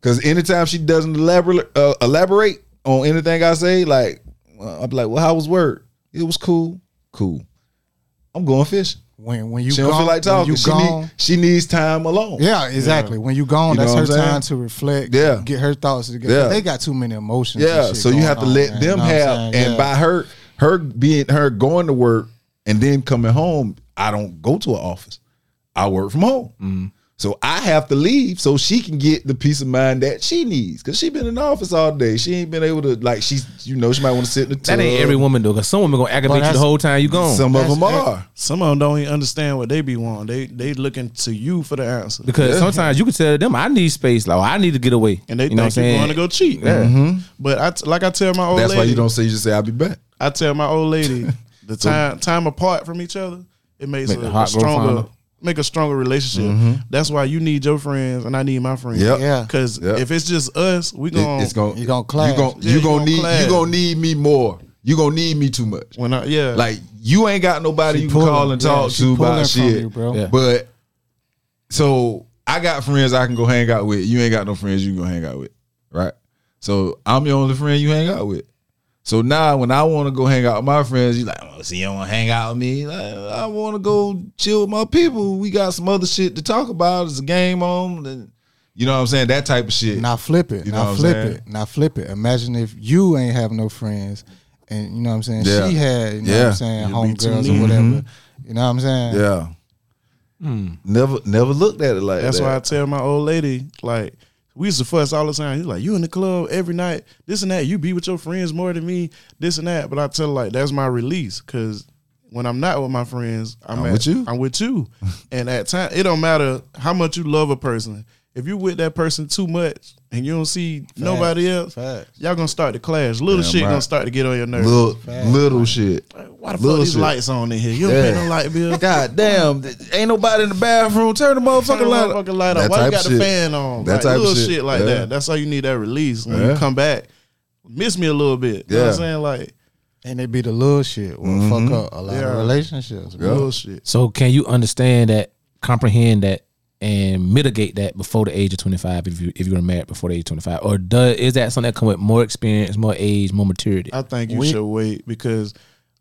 Speaker 2: Because anytime she doesn't elaborate uh, elaborate on anything I say, like uh, I'll be like, well, how was work? It was cool. Cool. I'm going fishing.
Speaker 4: When when you
Speaker 2: she
Speaker 4: gone,
Speaker 2: don't feel like
Speaker 4: when
Speaker 2: talking.
Speaker 4: You
Speaker 2: She,
Speaker 4: gone.
Speaker 2: need, she needs time alone.
Speaker 4: yeah, exactly. When you gone,
Speaker 2: You
Speaker 4: that's
Speaker 2: know
Speaker 4: her
Speaker 2: what I'm saying?
Speaker 4: time to reflect.
Speaker 2: Yeah.
Speaker 4: get her thoughts together.
Speaker 2: Yeah.
Speaker 4: They got too many emotions. and
Speaker 2: Yeah,
Speaker 4: shit
Speaker 2: so you
Speaker 4: going
Speaker 2: have to
Speaker 4: on,
Speaker 2: let
Speaker 4: man. You
Speaker 2: them
Speaker 4: know what I'm
Speaker 2: have,
Speaker 4: saying?
Speaker 2: and
Speaker 4: Yeah.
Speaker 2: by her her being her going to work and then coming home, I don't go to an office. I work from home,
Speaker 4: Mm-hmm.
Speaker 2: so I have to leave so she can get the peace of mind that she needs because she been in the office all day. She ain't been able to like she's you know she might want to sit in the tub.
Speaker 1: That ain't every woman though, cause some women gonna aggravate you the
Speaker 4: that's-
Speaker 1: whole time you gone.
Speaker 2: Some of
Speaker 4: That's
Speaker 2: them are.
Speaker 3: Some of them don't even understand what they be wanting. They they looking to you for the answer,
Speaker 1: because sometimes you can tell them I need space, like oh, I need to get away,
Speaker 3: and they
Speaker 1: you know
Speaker 3: think
Speaker 1: what I'm
Speaker 3: you're
Speaker 1: saying? Mm-hmm.
Speaker 3: going to go cheat. But I t- like I tell my old
Speaker 2: That's
Speaker 3: lady,
Speaker 2: why you don't say you just say I'll be back.
Speaker 3: I tell my old lady the time time apart from each other it makes
Speaker 1: Make
Speaker 3: a,
Speaker 1: the
Speaker 3: a
Speaker 1: heart grow Mm-hmm. fonder.
Speaker 3: stronger make a stronger relationship. That's why you need your friends and I need my friends.
Speaker 2: Yep.
Speaker 4: Yeah.
Speaker 3: Because
Speaker 2: Yep.
Speaker 3: if it's just us, we
Speaker 2: It-
Speaker 3: going
Speaker 2: it's gonna
Speaker 4: you gonna clash.
Speaker 2: You gonna,
Speaker 3: Yeah,
Speaker 2: you
Speaker 3: you
Speaker 2: gonna
Speaker 3: gonna
Speaker 2: need
Speaker 3: clash.
Speaker 2: you gonna need me more. You gonna need me too much.
Speaker 3: when I yeah
Speaker 2: Like you ain't got nobody
Speaker 4: She
Speaker 2: you can call
Speaker 4: pulling.
Speaker 2: and
Speaker 4: Yeah,
Speaker 2: talk
Speaker 4: she
Speaker 2: to
Speaker 4: pulling
Speaker 2: about
Speaker 4: from
Speaker 2: shit,
Speaker 4: you, bro. Yeah.
Speaker 2: But so I got friends I can go hang out with. You ain't got no friends you can go hang out with, right? So I'm your only friend you hang out with. So now when I want to go hang out with my friends, you like, oh, see, you don't want to hang out with me. Like, I want to go chill with my people. We got some other shit to talk about. There's a game on, and you know what I'm saying. That type of shit.
Speaker 4: Now flip it.
Speaker 2: You know what
Speaker 4: now
Speaker 2: I'm
Speaker 4: flip
Speaker 2: saying?
Speaker 4: it. Now flip it. Imagine if you ain't have no friends and you know what I'm saying?
Speaker 2: Yeah.
Speaker 4: She had, you know what
Speaker 2: Yeah.
Speaker 4: I'm saying,
Speaker 3: You'd be too Mm-hmm.
Speaker 4: homegirls
Speaker 3: mean.
Speaker 4: or whatever. You know what I'm saying?
Speaker 2: yeah. Never, never looked at it like
Speaker 3: That's
Speaker 2: that.
Speaker 3: why I tell my old lady, like, we used to fuss all the time. He's like, you in the club every night, this and that. You be with your friends more than me, this and that. But I tell her, like, that's my release. Cause when I'm not with my friends, I'm,
Speaker 2: I'm
Speaker 3: at-
Speaker 2: with you.
Speaker 3: I'm with you. and at time, it don't matter how much you love a person. If you with that person too much, and you don't see nobody else,
Speaker 4: Facts.
Speaker 3: y'all gonna start to clash. Little
Speaker 2: Damn
Speaker 3: shit
Speaker 2: right.
Speaker 3: gonna start to get on your nerves.
Speaker 2: Little little shit.
Speaker 3: Like, Why the fuck
Speaker 2: little
Speaker 3: these
Speaker 2: shit.
Speaker 3: lights on in here? You don't
Speaker 2: Yeah.
Speaker 3: pay no light bill.
Speaker 2: God damn, Um, th- ain't nobody in the bathroom. Turn the
Speaker 3: Turn the
Speaker 2: motherfucking light.
Speaker 3: motherfucking light
Speaker 2: That
Speaker 3: on. Why you
Speaker 2: type
Speaker 3: got
Speaker 2: shit.
Speaker 3: the fan on?
Speaker 2: That
Speaker 3: That like,
Speaker 2: type
Speaker 3: little
Speaker 2: shit.
Speaker 3: shit, like
Speaker 2: Yeah.
Speaker 3: that. That's how you need that release when
Speaker 2: Yeah.
Speaker 3: you come back. Miss me a little bit. You know what I'm
Speaker 2: Yeah.
Speaker 3: saying? Like
Speaker 4: And it be the little shit will
Speaker 2: Mm-hmm.
Speaker 4: fuck up a lot
Speaker 5: Mm-hmm.
Speaker 3: Yeah.
Speaker 4: of relationships. bro.
Speaker 3: bullshit.
Speaker 1: So can you understand that, comprehend that, and mitigate that before the age of twenty five? If you if you're married before the age of twenty five, or does is that something that come with more experience, more age, more maturity?
Speaker 3: I think you should wait because,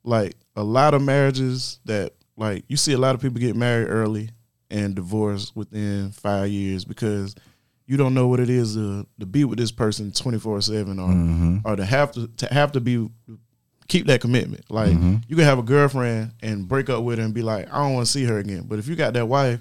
Speaker 3: like, a lot of marriages that, like, you see a lot of people get married early and divorce within five years because you don't know what it is to, to be with this person 24 7 or
Speaker 1: Mm-hmm.
Speaker 3: or to have to, to have to be keep that commitment like
Speaker 1: Mm-hmm.
Speaker 3: you can have a girlfriend and break up with her and be like i don't want to see her again but if you got that wife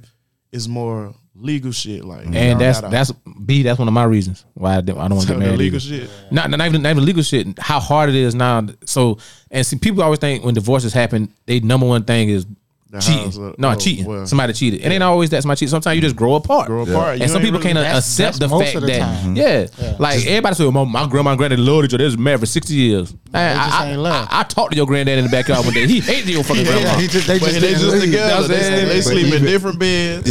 Speaker 3: it's more legal shit like y'all
Speaker 1: and that's
Speaker 3: gotta-
Speaker 1: that's B. That's one of my reasons why I don't, I don't want to
Speaker 3: so
Speaker 1: get
Speaker 3: the
Speaker 1: married.
Speaker 3: legal
Speaker 1: either.
Speaker 3: shit
Speaker 1: Not, not even not even legal shit. How hard it is now. So and see, people always think when divorces happen, they number one thing is
Speaker 3: house,
Speaker 1: cheating.
Speaker 3: uh,
Speaker 1: No,
Speaker 3: oh,
Speaker 1: cheating.
Speaker 3: well.
Speaker 1: Somebody cheated. It ain't always that's my cheat. Sometimes you just grow apart.
Speaker 3: Grow apart. You
Speaker 1: And some
Speaker 3: ain't
Speaker 1: people
Speaker 3: really-
Speaker 1: can't
Speaker 4: That's-
Speaker 1: accept
Speaker 4: that's
Speaker 1: the
Speaker 4: most
Speaker 1: fact
Speaker 4: of the
Speaker 1: that
Speaker 4: time.
Speaker 1: yeah, like everybody said, my, my grandma and granddaddy loved each other. They was married for sixty years. Man,
Speaker 4: just
Speaker 1: I,
Speaker 4: ain't
Speaker 1: I,
Speaker 4: love.
Speaker 1: I, I talked to your granddad in the backyard one day. He hated your fucking grandma.
Speaker 4: He just- they
Speaker 3: But
Speaker 4: just
Speaker 3: they
Speaker 4: didn't
Speaker 3: just
Speaker 4: leave.
Speaker 3: together. They,
Speaker 2: saying?
Speaker 3: they
Speaker 2: But
Speaker 3: sleep in
Speaker 2: even-
Speaker 3: different beds.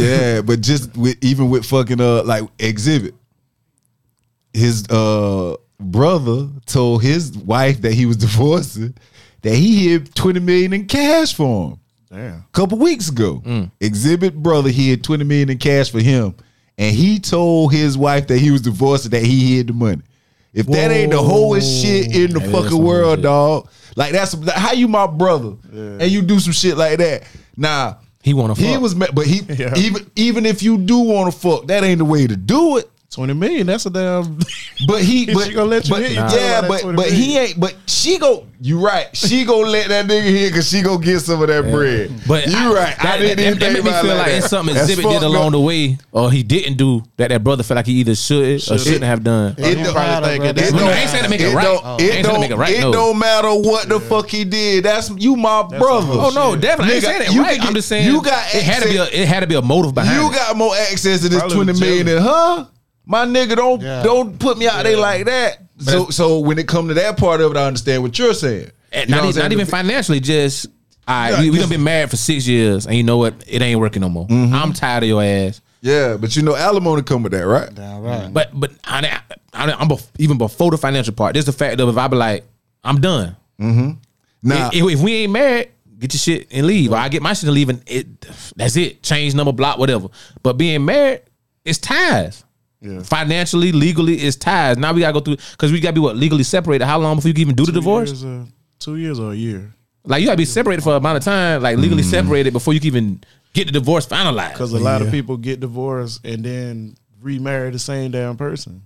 Speaker 2: Yeah, but just with even with fucking uh like exhibit. His uh brother told his wife that he was divorcing that he hid 20 million in cash for him
Speaker 3: Damn.
Speaker 2: couple weeks ago. Exhibit brother hid 20 million in cash for him. And he told his wife that he was divorcing that he hid the money. If that ain't the hoest shit in the
Speaker 1: That is
Speaker 2: fucking
Speaker 1: some bullshit.
Speaker 2: world, dog. Like that's like, how you my brother and you do some shit like that. Nah.
Speaker 1: He wanna
Speaker 2: He
Speaker 1: fuck.
Speaker 2: was ma- but he
Speaker 3: Yeah.
Speaker 2: even even if you do want to fuck, that ain't the way to do it.
Speaker 3: Twenty million. That's a damn.
Speaker 2: But he,
Speaker 3: She
Speaker 2: but,
Speaker 3: gonna let you
Speaker 2: but-
Speaker 3: hit you, tell her
Speaker 2: yeah,
Speaker 3: that
Speaker 2: but
Speaker 3: 20
Speaker 2: but he
Speaker 3: million.
Speaker 2: ain't. But she go. You right. She gonna let that nigga hit because she gonna get some of that bread.
Speaker 1: But
Speaker 2: you
Speaker 1: I-
Speaker 2: right.
Speaker 1: That,
Speaker 2: I didn't
Speaker 1: that,
Speaker 2: even
Speaker 1: that made
Speaker 2: think
Speaker 1: me
Speaker 2: about
Speaker 1: feel
Speaker 2: it
Speaker 1: like
Speaker 2: like
Speaker 1: it's
Speaker 2: that.
Speaker 1: something
Speaker 2: That's
Speaker 1: Exhibit did
Speaker 2: fucked
Speaker 1: along
Speaker 2: up.
Speaker 1: the way, or he didn't do that. That brother felt like he either should or shouldn't have done.
Speaker 2: It
Speaker 3: He
Speaker 2: don't-
Speaker 3: probably thinking
Speaker 2: it
Speaker 3: that's
Speaker 1: No,
Speaker 2: don't-
Speaker 1: I ain't saying to make it right.
Speaker 2: don't-
Speaker 1: Oh. I ain't
Speaker 2: It
Speaker 1: saying to
Speaker 2: don't.
Speaker 1: make it right,
Speaker 2: It
Speaker 1: no.
Speaker 2: don't matter what the fuck he did. That's you, my brother.
Speaker 1: Oh no, definitely. I ain't
Speaker 2: Nigga,
Speaker 1: saying that
Speaker 2: you
Speaker 1: right.
Speaker 2: can
Speaker 1: I'm
Speaker 2: get-
Speaker 1: just saying
Speaker 2: you got
Speaker 1: it had to be a, it had to be a motive behind.
Speaker 2: You
Speaker 1: it.
Speaker 2: got more access to this
Speaker 3: Probably
Speaker 2: twenty million
Speaker 3: jealous.
Speaker 2: than her. My nigga, don't
Speaker 4: Yeah.
Speaker 2: don't put me out there like that. So so when it come to that part of it, I understand what you're saying.
Speaker 1: And
Speaker 2: You
Speaker 1: Eh, not,
Speaker 2: know what I'm
Speaker 1: even,
Speaker 2: saying?
Speaker 1: not even financially, just all
Speaker 2: Yeah,
Speaker 1: right, we, we
Speaker 2: just- Mm-hmm.
Speaker 1: done been married for six years, and you know what? It ain't working no more. I'm tired of your ass.
Speaker 2: Yeah, but you know alimony come with that, right?
Speaker 4: All
Speaker 3: Mm-hmm.
Speaker 4: right.
Speaker 1: But but I, I, I'm bef- even before the financial part. There's the fact of if I be like, I'm done.
Speaker 2: Mm-hmm. Now
Speaker 1: If, if we ain't married, get your shit and leave. Or I get my shit and leave, and it that's it. Change number, block, whatever. But being married, it's ties. Financially, legally, it's ties. Now we gotta go through because we gotta be what legally separated. How long before you can even do the divorce?
Speaker 3: Years, uh, two years or a year.
Speaker 1: Like you gotta be separated for an amount of time, like legally separated before you can even get the divorce finalized.
Speaker 3: Because a lot of people get divorced and then remarry the same damn person.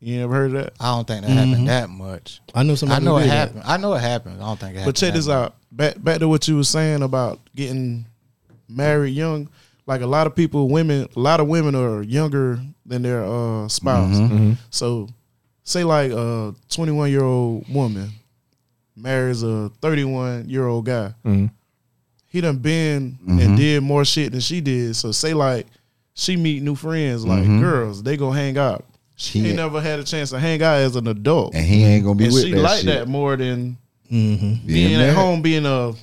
Speaker 3: You ever heard of that?
Speaker 4: I don't think that
Speaker 3: Mm-hmm.
Speaker 4: happened that much.
Speaker 5: I know somebody
Speaker 4: I know
Speaker 5: who
Speaker 4: it
Speaker 5: did that.
Speaker 4: happened. I know it happened. I don't think it happened.
Speaker 3: But check
Speaker 4: that
Speaker 3: this
Speaker 4: much.
Speaker 3: out. Back back to what you were saying about getting married young. Like a lot of people, women, a lot of women are younger than their uh, spouse. So, say like a 21 year old woman marries a 31 year old guy. He done been and did more shit than she did. So say like she meet new friends, like girls, they go hang out. She
Speaker 2: He-
Speaker 3: ain't never had a chance to hang out as an adult,
Speaker 2: and he ain't gonna be
Speaker 3: and
Speaker 2: with
Speaker 3: she
Speaker 2: that
Speaker 3: like
Speaker 2: shit.
Speaker 3: that more than
Speaker 1: Mm-hmm.
Speaker 2: Being
Speaker 3: being
Speaker 2: married.
Speaker 3: at home, being a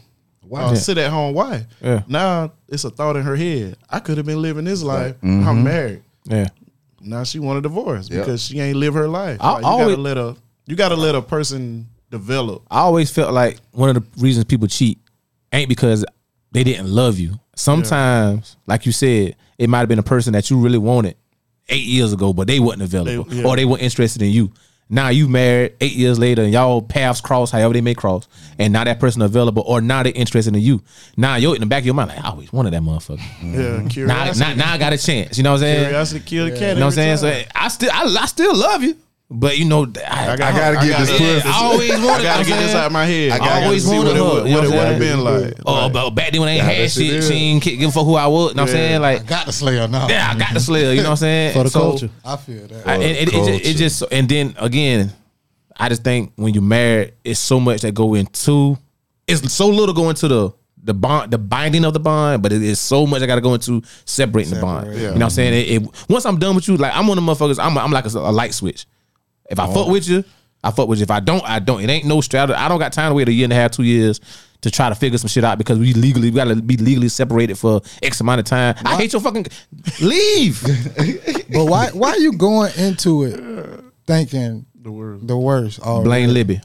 Speaker 3: uh, sit at home wife.
Speaker 1: Yeah.
Speaker 3: Now it's a thought in her head. I could have been living this life. I'm married.
Speaker 1: yeah.
Speaker 3: Now she want a divorce
Speaker 2: Mm-hmm. Yep.
Speaker 3: because she ain't live her life.
Speaker 1: I
Speaker 3: Like, you
Speaker 1: always-
Speaker 3: gotta let a you gotta let a person develop.
Speaker 1: I always felt like one of the reasons people cheat ain't because they didn't love you. Sometimes, like you said, it might have been a person that you really wanted eight years ago, but they wasn't available
Speaker 3: They- yeah.
Speaker 1: or they weren't interested in you. Now you married eight years later and y'all paths cross, however they may cross, and now that person available or now they're interested in you. Now you're in the back of your mind like I always wanted that motherfucker.
Speaker 3: Yeah,
Speaker 1: Now,
Speaker 3: curiosity.
Speaker 1: now, now I got a chance. You know what I'm saying?
Speaker 3: curiosity kill the cat.
Speaker 1: You know what
Speaker 3: every
Speaker 1: I'm saying? So
Speaker 3: time.
Speaker 1: I still I, I still love you, but you know I,
Speaker 3: I, got,
Speaker 2: I gotta get
Speaker 3: gotta
Speaker 2: this
Speaker 1: yeah,
Speaker 2: pussy.
Speaker 1: I always wanted.
Speaker 3: I gotta
Speaker 1: I'm
Speaker 3: get this
Speaker 1: saying?
Speaker 3: out of my head.
Speaker 1: I
Speaker 3: gotta
Speaker 1: always
Speaker 3: see what
Speaker 1: wanted
Speaker 3: it
Speaker 1: her,
Speaker 3: would
Speaker 1: you know what I'm
Speaker 3: have
Speaker 1: saying?
Speaker 3: been like.
Speaker 1: Oh, but back then when I ain't had shit, she ain't ki- give a fuck who I was. You know what I'm
Speaker 3: Yeah.
Speaker 1: saying? Like,
Speaker 4: Got the slayer now.
Speaker 1: yeah, I got the slayer. You know what I'm saying?
Speaker 5: for the
Speaker 1: So,
Speaker 5: culture.
Speaker 4: I feel that.
Speaker 1: I, and it, it, just, it just, and then again, I just think when you're married, it's so much that go into, it's so little go into the, the the bond, the binding of the bond, but it is so much I got to go into separating the bond. You know what I'm saying? It, it- once I'm done with you, like I'm one of the motherfuckers. I'm I'm like a, a light switch. If I fuck with you, I fuck with you. If I don't, I don't. It ain't no strategy. I don't got time to wait a year and a half, two years to try to figure some shit out because we legally we gotta be legally separated for X amount of time. I hate your fucking leave.
Speaker 4: But why why you going into it thinking the worst? The worst. already?
Speaker 1: Blame Libby.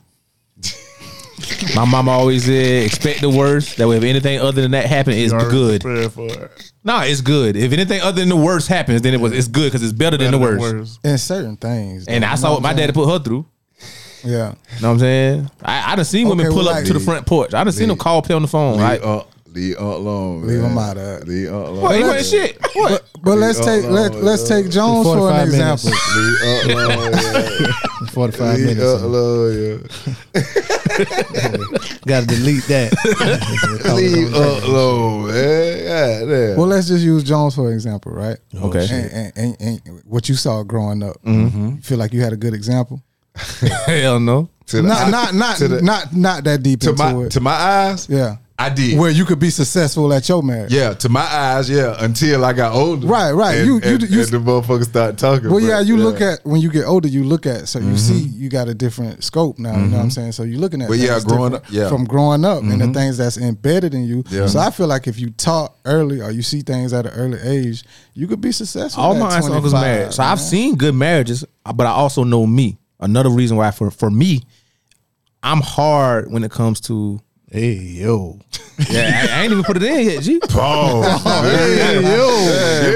Speaker 1: My mama always said, expect the worst. That way, if anything other than that happen, it's good.
Speaker 3: Prepare for it.
Speaker 1: Nah, it's good. If anything other than the worst happens, then it was it's good because it's better, than the worst.
Speaker 4: in certain things.
Speaker 1: And
Speaker 4: though,
Speaker 1: I
Speaker 4: you
Speaker 1: saw
Speaker 4: know
Speaker 1: what my
Speaker 4: I'm saying?
Speaker 1: daddy put her through.
Speaker 4: Yeah,
Speaker 1: Know what I'm saying? I, I done seen women
Speaker 4: Okay,
Speaker 1: pull
Speaker 4: well,
Speaker 1: up
Speaker 4: like-
Speaker 1: to the front porch. I done seen them call play on the phone.
Speaker 2: Leave
Speaker 1: Like,
Speaker 2: up, leave up long.
Speaker 4: Leave
Speaker 2: man.
Speaker 4: him out of it.
Speaker 2: Leave up long.
Speaker 1: what? You
Speaker 2: man.
Speaker 1: ain't shit. What?
Speaker 4: but let's
Speaker 2: Yeah,
Speaker 4: take
Speaker 2: no,
Speaker 4: let let's
Speaker 2: yeah.
Speaker 4: take Jones for an
Speaker 5: 45 minutes.
Speaker 4: example.
Speaker 2: Leave up long. yeah.
Speaker 5: Forty five
Speaker 2: Leave up
Speaker 5: minutes.
Speaker 2: long. Yeah.
Speaker 5: Got to delete that.
Speaker 2: Leave
Speaker 1: uh,
Speaker 2: up long, man. God damn.
Speaker 4: Well, let's just use Jones for example, right?
Speaker 2: Oh,
Speaker 1: Okay.
Speaker 4: And, and, and, and what you saw growing up,
Speaker 2: Mm-hmm.
Speaker 4: you feel like you had a good example.
Speaker 1: Hell no.
Speaker 2: to the
Speaker 4: Not
Speaker 2: eye-
Speaker 4: not not
Speaker 2: to the-
Speaker 4: not not that deep
Speaker 2: to
Speaker 4: into
Speaker 2: my
Speaker 4: it.
Speaker 2: to my eyes.
Speaker 4: yeah,
Speaker 2: I did.
Speaker 4: where you could be successful at your marriage.
Speaker 2: Yeah, to my eyes, yeah. Until I got older,
Speaker 4: Right, right.
Speaker 2: And,
Speaker 4: You- you-
Speaker 2: and,
Speaker 4: you-
Speaker 2: and the motherfuckers start talking.
Speaker 4: Well,
Speaker 2: but,
Speaker 4: yeah, you look at when you get older, you look at so
Speaker 2: Mm-hmm.
Speaker 4: you see you got a different scope now. You know what I'm saying? So you're looking at
Speaker 2: But Mm-hmm. yeah,
Speaker 4: things
Speaker 2: growing
Speaker 4: different
Speaker 2: up- yeah. Mm-hmm.
Speaker 4: from growing up and the things that's embedded in you.
Speaker 2: Yeah.
Speaker 4: So I feel like if you taught early or you see things at an early age, you could be successful.
Speaker 1: All
Speaker 4: at
Speaker 1: my aunts and uncles
Speaker 4: 25,
Speaker 1: married. So I've
Speaker 4: man.
Speaker 1: seen good marriages, but I also know me. Another reason why for for me, I'm hard when it comes to
Speaker 5: hey yo,
Speaker 1: Yeah, I, I ain't even put it in yet, G.
Speaker 2: oh, hey,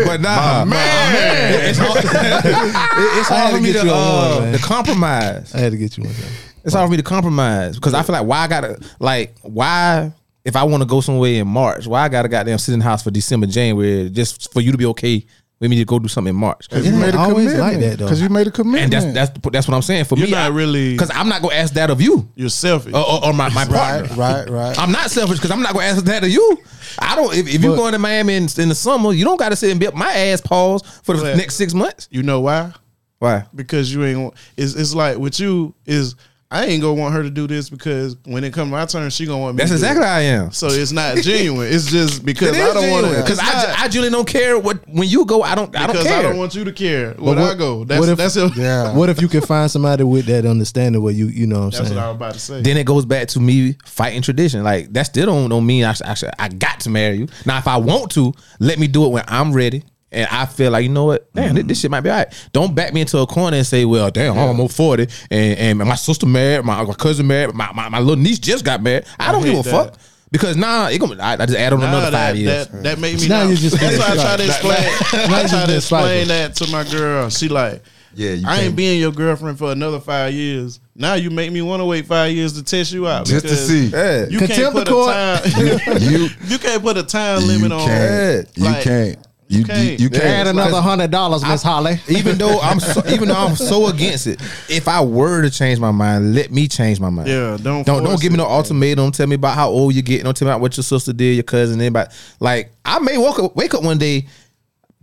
Speaker 2: yo,
Speaker 1: But nah, man, it's hard, it- it's
Speaker 5: I had
Speaker 1: hard
Speaker 5: to
Speaker 1: for me
Speaker 5: get
Speaker 1: to,
Speaker 5: you on
Speaker 1: uh,
Speaker 5: one, man.
Speaker 1: to compromise.
Speaker 5: I had to get you one. Time.
Speaker 1: It's hard for me to compromise because I feel like why I gotta like why if I want to go somewhere in March, why I gotta goddamn sit in the house for December, January, just for you to be okay with me to go do something in March.
Speaker 4: You made a
Speaker 5: always
Speaker 4: commitment
Speaker 5: like that, though.
Speaker 4: because you made a
Speaker 1: And
Speaker 4: commitment.
Speaker 1: that's that's that's what I'm saying. For
Speaker 3: You're
Speaker 1: me, Oh.
Speaker 3: not really-
Speaker 1: because I'm not gonna ask that of you
Speaker 3: You're selfish.
Speaker 1: or, or, or my my partner.
Speaker 4: right, right, right.
Speaker 1: I'm not selfish because I'm not gonna ask that of you. I don't. If, if you going to Miami in, in the summer, you don't got to sit and be up my ass paws for the
Speaker 3: But-
Speaker 1: next six months.
Speaker 3: you know why?
Speaker 1: Why?
Speaker 3: Because you ain't. want- It's it's like with you is I ain't gonna want her to do this because when it comes my turn, she gonna want me.
Speaker 1: That's
Speaker 3: to do
Speaker 1: exactly
Speaker 3: it.
Speaker 1: how I am.
Speaker 3: So it's not genuine. It's just
Speaker 1: It
Speaker 3: because I
Speaker 1: is
Speaker 3: don't want to.
Speaker 1: because I, ju- I genuinely don't care what when you go. I don't. I don't
Speaker 3: because
Speaker 1: care.
Speaker 3: I don't want you to care when
Speaker 5: what-
Speaker 3: I go. That's
Speaker 5: what if-
Speaker 3: that's it.
Speaker 4: yeah.
Speaker 5: What if you can find somebody with that understanding? Where you you know what I'm
Speaker 3: That's
Speaker 5: saying.
Speaker 3: what I was about to say.
Speaker 1: then it goes back to me fighting tradition. Like that still don't, don't mean I, sh- I, sh- I got to marry you. Now if I want to, let me do it when I'm ready. And I feel like you know what, damn, thi- this, shit might be all right. Don't back me into a corner and say, "Well, damn, I'm almost forty, and, and my sister married, my, my cousin married, my, my, my little niece just got married." I don't
Speaker 3: hate
Speaker 1: give a
Speaker 3: that.
Speaker 1: fuck because nah, it gonna, I, I just add on
Speaker 3: Nah,
Speaker 1: another
Speaker 3: that,
Speaker 1: five years.
Speaker 3: That, that made me.
Speaker 5: Now
Speaker 3: not-
Speaker 5: you're just
Speaker 3: that's
Speaker 5: being
Speaker 3: why I try to explain. I
Speaker 5: just
Speaker 3: try to
Speaker 5: being spiteful.
Speaker 3: explain that to my girl. She like,
Speaker 2: Yeah, you
Speaker 3: I
Speaker 2: can't-
Speaker 3: ain't being your girlfriend for another five years. Now you make me want to wait five years to test you out
Speaker 2: Just to
Speaker 3: because
Speaker 2: see.
Speaker 6: Yeah.
Speaker 3: You can't
Speaker 5: Contempt
Speaker 3: put
Speaker 5: the court.
Speaker 3: a time.
Speaker 2: you
Speaker 3: you can't put a time limit
Speaker 2: you
Speaker 3: on.
Speaker 2: can't. You
Speaker 3: Like,
Speaker 2: can't. You
Speaker 3: can't.
Speaker 2: can't. You
Speaker 5: Add
Speaker 2: can't.
Speaker 5: another hundred dollars, Miss Holly.
Speaker 1: even though I'm so, even though I'm so against it, if I were to change my mind, let me change my mind.
Speaker 3: Yeah,
Speaker 1: don't
Speaker 3: don't force
Speaker 1: don't give me no ultimatum. Tell me about how old you get. Don't tell me about what your sister did, your cousin, anybody. Like I may wake up, wake up one day,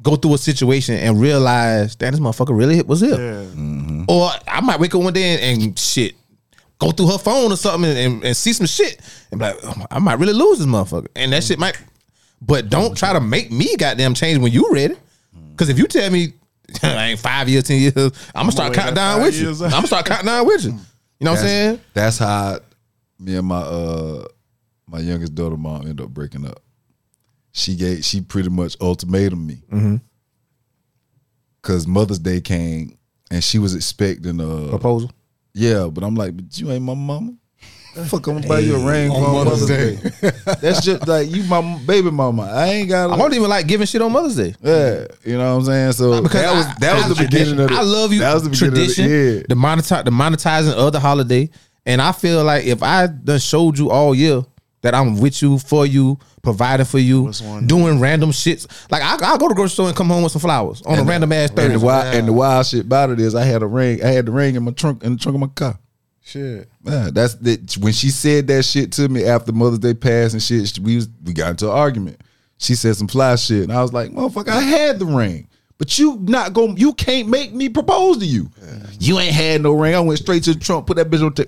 Speaker 1: go through a situation and realize that this motherfucker really was ill.
Speaker 3: Yeah.
Speaker 1: Or I might wake up one day and, and shit, go through her phone or something and, and, and see some shit and be like, "Oh my- I might really lose this motherfucker. And that shit might, but don't try to make me goddamn change when you ready. Because if you tell me, I ain't five years, 10 years, I'm going to start
Speaker 3: wait
Speaker 1: counting
Speaker 3: that
Speaker 1: down
Speaker 3: five
Speaker 1: with you. I'm
Speaker 3: years.
Speaker 1: going to start counting down with you. You know what I'm saying?
Speaker 2: That's how me and my uh my youngest daughter mom ended up breaking up. She gave she pretty much ultimatum me.
Speaker 1: Mm-hmm.
Speaker 2: Cause Mother's Day came and she was expecting a
Speaker 1: Proposal.
Speaker 2: Yeah, but I'm like, but you ain't my mama. Fuck, I'm gonna buy you a ring for my Mother's Day. That's just like you, my m- baby mama. I ain't got.
Speaker 1: I
Speaker 2: A,
Speaker 1: don't even like giving shit on Mother's Day.
Speaker 2: yeah, you know what I'm saying. So
Speaker 1: Because
Speaker 2: that was
Speaker 1: I-
Speaker 2: that
Speaker 1: I-
Speaker 2: was the beginning of. The,
Speaker 1: I love you.
Speaker 2: That was the beginning
Speaker 1: tradition.
Speaker 2: of the, yeah.
Speaker 1: The monetize the monetizing of the holiday, and I feel like if I done showed you all year that I'm with you for you, providing for you,
Speaker 3: one?
Speaker 1: doing random shits. Like I I go to the grocery store and come home with some flowers on a random ass
Speaker 2: And the
Speaker 1: Thursday.
Speaker 2: wild and the wild shit about it is, I had a ring. I had the ring in my trunk in the trunk of my car.
Speaker 4: Shit.
Speaker 2: Man, that's that. When she said that shit to me after Mother's Day passed and shit, she- we was, we got into an argument. She said some fly shit, and I was like, "Motherfucker, I had the ring, but you not going You can't make me propose to you. You ain't had no ring. I went straight to the trunk, put that bitch on, t-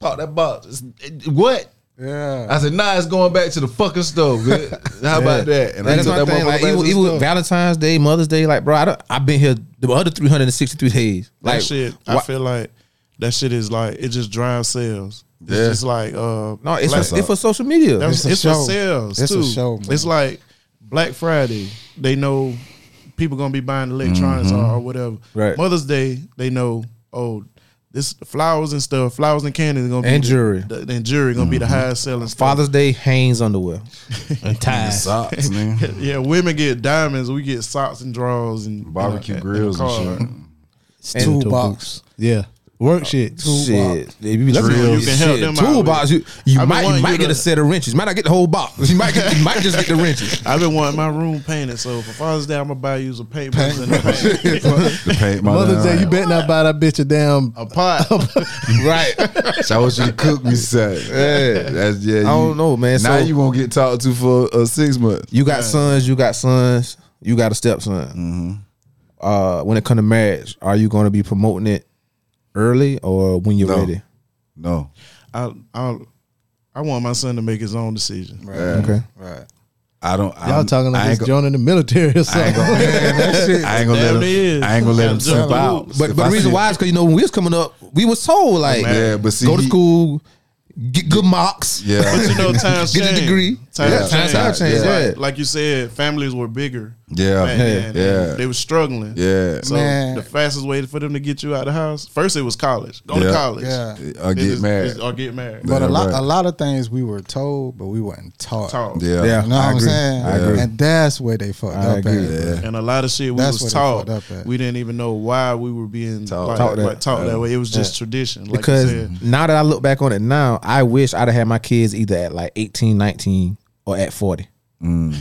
Speaker 2: pop that box. It's- it- what?
Speaker 4: Yeah.
Speaker 2: I said, nah, it's going back to the fucking stove. bitch. How about that? And I
Speaker 1: that's
Speaker 2: took
Speaker 1: my
Speaker 2: that
Speaker 1: thing. Like
Speaker 2: motherfucker back to
Speaker 1: even,
Speaker 2: the
Speaker 1: even
Speaker 2: stove.
Speaker 1: Valentine's Day, Mother's Day, like bro, I don't, I've been here the other 363 days.
Speaker 3: That
Speaker 1: Like
Speaker 3: shit, I
Speaker 1: why-
Speaker 3: feel like that shit is like it just drives sales. It's
Speaker 2: Yeah.
Speaker 3: just like uh,
Speaker 1: no, it's
Speaker 3: Black-
Speaker 1: for, it's for social media.
Speaker 3: that's-
Speaker 4: It's a
Speaker 3: it's, for
Speaker 4: show.
Speaker 3: sales
Speaker 4: It's a
Speaker 3: too.
Speaker 4: show, man.
Speaker 3: It's like Black Friday. They know people gonna be buying electronics
Speaker 2: Mm-hmm.
Speaker 3: or, or whatever.
Speaker 1: Right.
Speaker 3: Mother's Day, they know. Oh, this flowers and stuff, flowers and candy is gonna
Speaker 1: And
Speaker 3: be
Speaker 1: jewelry.
Speaker 3: The, the- and jewelry gonna be the highest selling. stuff.
Speaker 1: Father's Day, Hanes underwear.
Speaker 5: And ties.
Speaker 2: Socks, man.
Speaker 3: yeah, women get diamonds. We get socks and drawers and
Speaker 2: Barbecue
Speaker 3: you know,
Speaker 2: grills and
Speaker 3: card.
Speaker 2: shit.
Speaker 5: Two
Speaker 4: Toolbox.
Speaker 5: Yeah. Work shit.
Speaker 1: Shit, if you
Speaker 3: Drills.
Speaker 1: looking
Speaker 3: You can help them out
Speaker 1: toolbox. You, you
Speaker 3: I've been
Speaker 1: might you
Speaker 3: wanting
Speaker 1: might
Speaker 3: you
Speaker 1: get
Speaker 3: to-
Speaker 1: a set of wrenches. Might not get the whole box. You might get, you might just get the wrenches.
Speaker 3: I've been wanting my room painted, so for Father's Day, I'm gonna buy you some paintbrushes and a paint.
Speaker 2: The paint, my
Speaker 5: Mother's Day,
Speaker 2: damn
Speaker 5: you
Speaker 2: right.
Speaker 5: better not buy that bitch a damn.
Speaker 3: a pot.
Speaker 1: Right. I
Speaker 2: So I want you to cook me something. Yeah, that's yeah. you-
Speaker 1: don't know, man.
Speaker 2: Now
Speaker 1: so
Speaker 2: you won't get talked to for uh, six months.
Speaker 1: you got sons. You got sons. You got a stepson.
Speaker 2: Mm-hmm.
Speaker 1: Uh, when it comes to marriage, are you going to be promoting it early or when you're
Speaker 2: No.
Speaker 1: ready?
Speaker 2: No,
Speaker 3: I, I I want my son to make his own decision.
Speaker 4: Right.
Speaker 1: Okay.
Speaker 4: Right.
Speaker 2: I don't.
Speaker 5: Y'all talking like
Speaker 2: I ain't
Speaker 5: this joint in the military or
Speaker 2: I ain't
Speaker 5: something.
Speaker 2: gonna, I ain't gonna let
Speaker 3: Damn
Speaker 2: him.
Speaker 3: it is.
Speaker 2: I ain't gonna let him
Speaker 3: Gotta jump
Speaker 2: slip
Speaker 3: the
Speaker 2: out.
Speaker 3: hoops.
Speaker 1: But
Speaker 2: If
Speaker 1: but
Speaker 2: I
Speaker 1: the reason
Speaker 2: see-
Speaker 1: why is because you know when we was coming up, we was told like
Speaker 2: Yeah, but see,
Speaker 1: go to
Speaker 2: he-
Speaker 1: school, get good marks.
Speaker 2: Yeah,
Speaker 3: You know, times
Speaker 1: Get a
Speaker 3: change.
Speaker 1: degree.
Speaker 3: Times
Speaker 1: Yeah,
Speaker 3: change.
Speaker 1: times- times
Speaker 2: change,
Speaker 1: yeah.
Speaker 3: Like- Like you said, families were bigger.
Speaker 2: yeah,
Speaker 3: back then,
Speaker 2: yeah,
Speaker 3: and They were struggling.
Speaker 2: yeah.
Speaker 3: So
Speaker 4: Man.
Speaker 3: the fastest way for them to get you out of the house, first it was college. Go
Speaker 2: Yeah.
Speaker 3: to college.
Speaker 4: Yeah.
Speaker 2: I
Speaker 3: It
Speaker 2: get
Speaker 3: is-
Speaker 2: mad.
Speaker 3: is- Or get married.
Speaker 4: But a
Speaker 2: Yeah,
Speaker 4: lot,
Speaker 2: right.
Speaker 4: a lot of things we were told, but we weren't taught.
Speaker 3: Talk.
Speaker 2: Yeah,
Speaker 1: Yeah.
Speaker 4: You know what
Speaker 1: I
Speaker 4: I'm
Speaker 1: agree.
Speaker 4: saying?
Speaker 1: I agree.
Speaker 4: And that's where they fucked
Speaker 1: I
Speaker 4: up
Speaker 1: agree.
Speaker 4: at.
Speaker 2: yeah.
Speaker 3: And a lot of shit we was
Speaker 4: That's what they
Speaker 3: taught.
Speaker 4: fucked up at.
Speaker 3: We didn't even know why we were being
Speaker 2: Taught.
Speaker 3: like,
Speaker 1: Taught that.
Speaker 3: like, taught that way. It was just tradition. Like
Speaker 1: because
Speaker 3: you said.
Speaker 1: now that I look back on it now, I wish I'd have had my kids either at like 18, 19 or at 40.
Speaker 2: One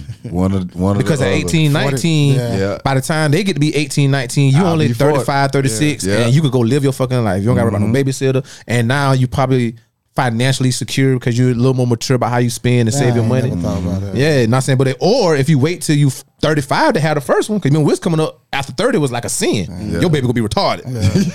Speaker 2: of one of
Speaker 1: Because
Speaker 2: the
Speaker 1: at
Speaker 2: other.
Speaker 1: 18, 19,
Speaker 4: yeah.
Speaker 2: Yeah.
Speaker 1: by the time they get to be 18, 19, you
Speaker 2: I'll
Speaker 1: only
Speaker 2: be 40.
Speaker 1: 35, 36,
Speaker 2: Yeah. Mm-hmm.
Speaker 1: and you could go live your fucking life. You don't got to about no babysitter. And now you probably financially secure because you're a little more mature about how you spend and
Speaker 4: I
Speaker 1: save your
Speaker 4: ain't
Speaker 1: money.
Speaker 4: never thought about that.
Speaker 1: Yeah, not saying, but it, or if you wait till you 35 to have the first one, because when we was coming up after 30 was like a sin. Your baby gonna be retarded.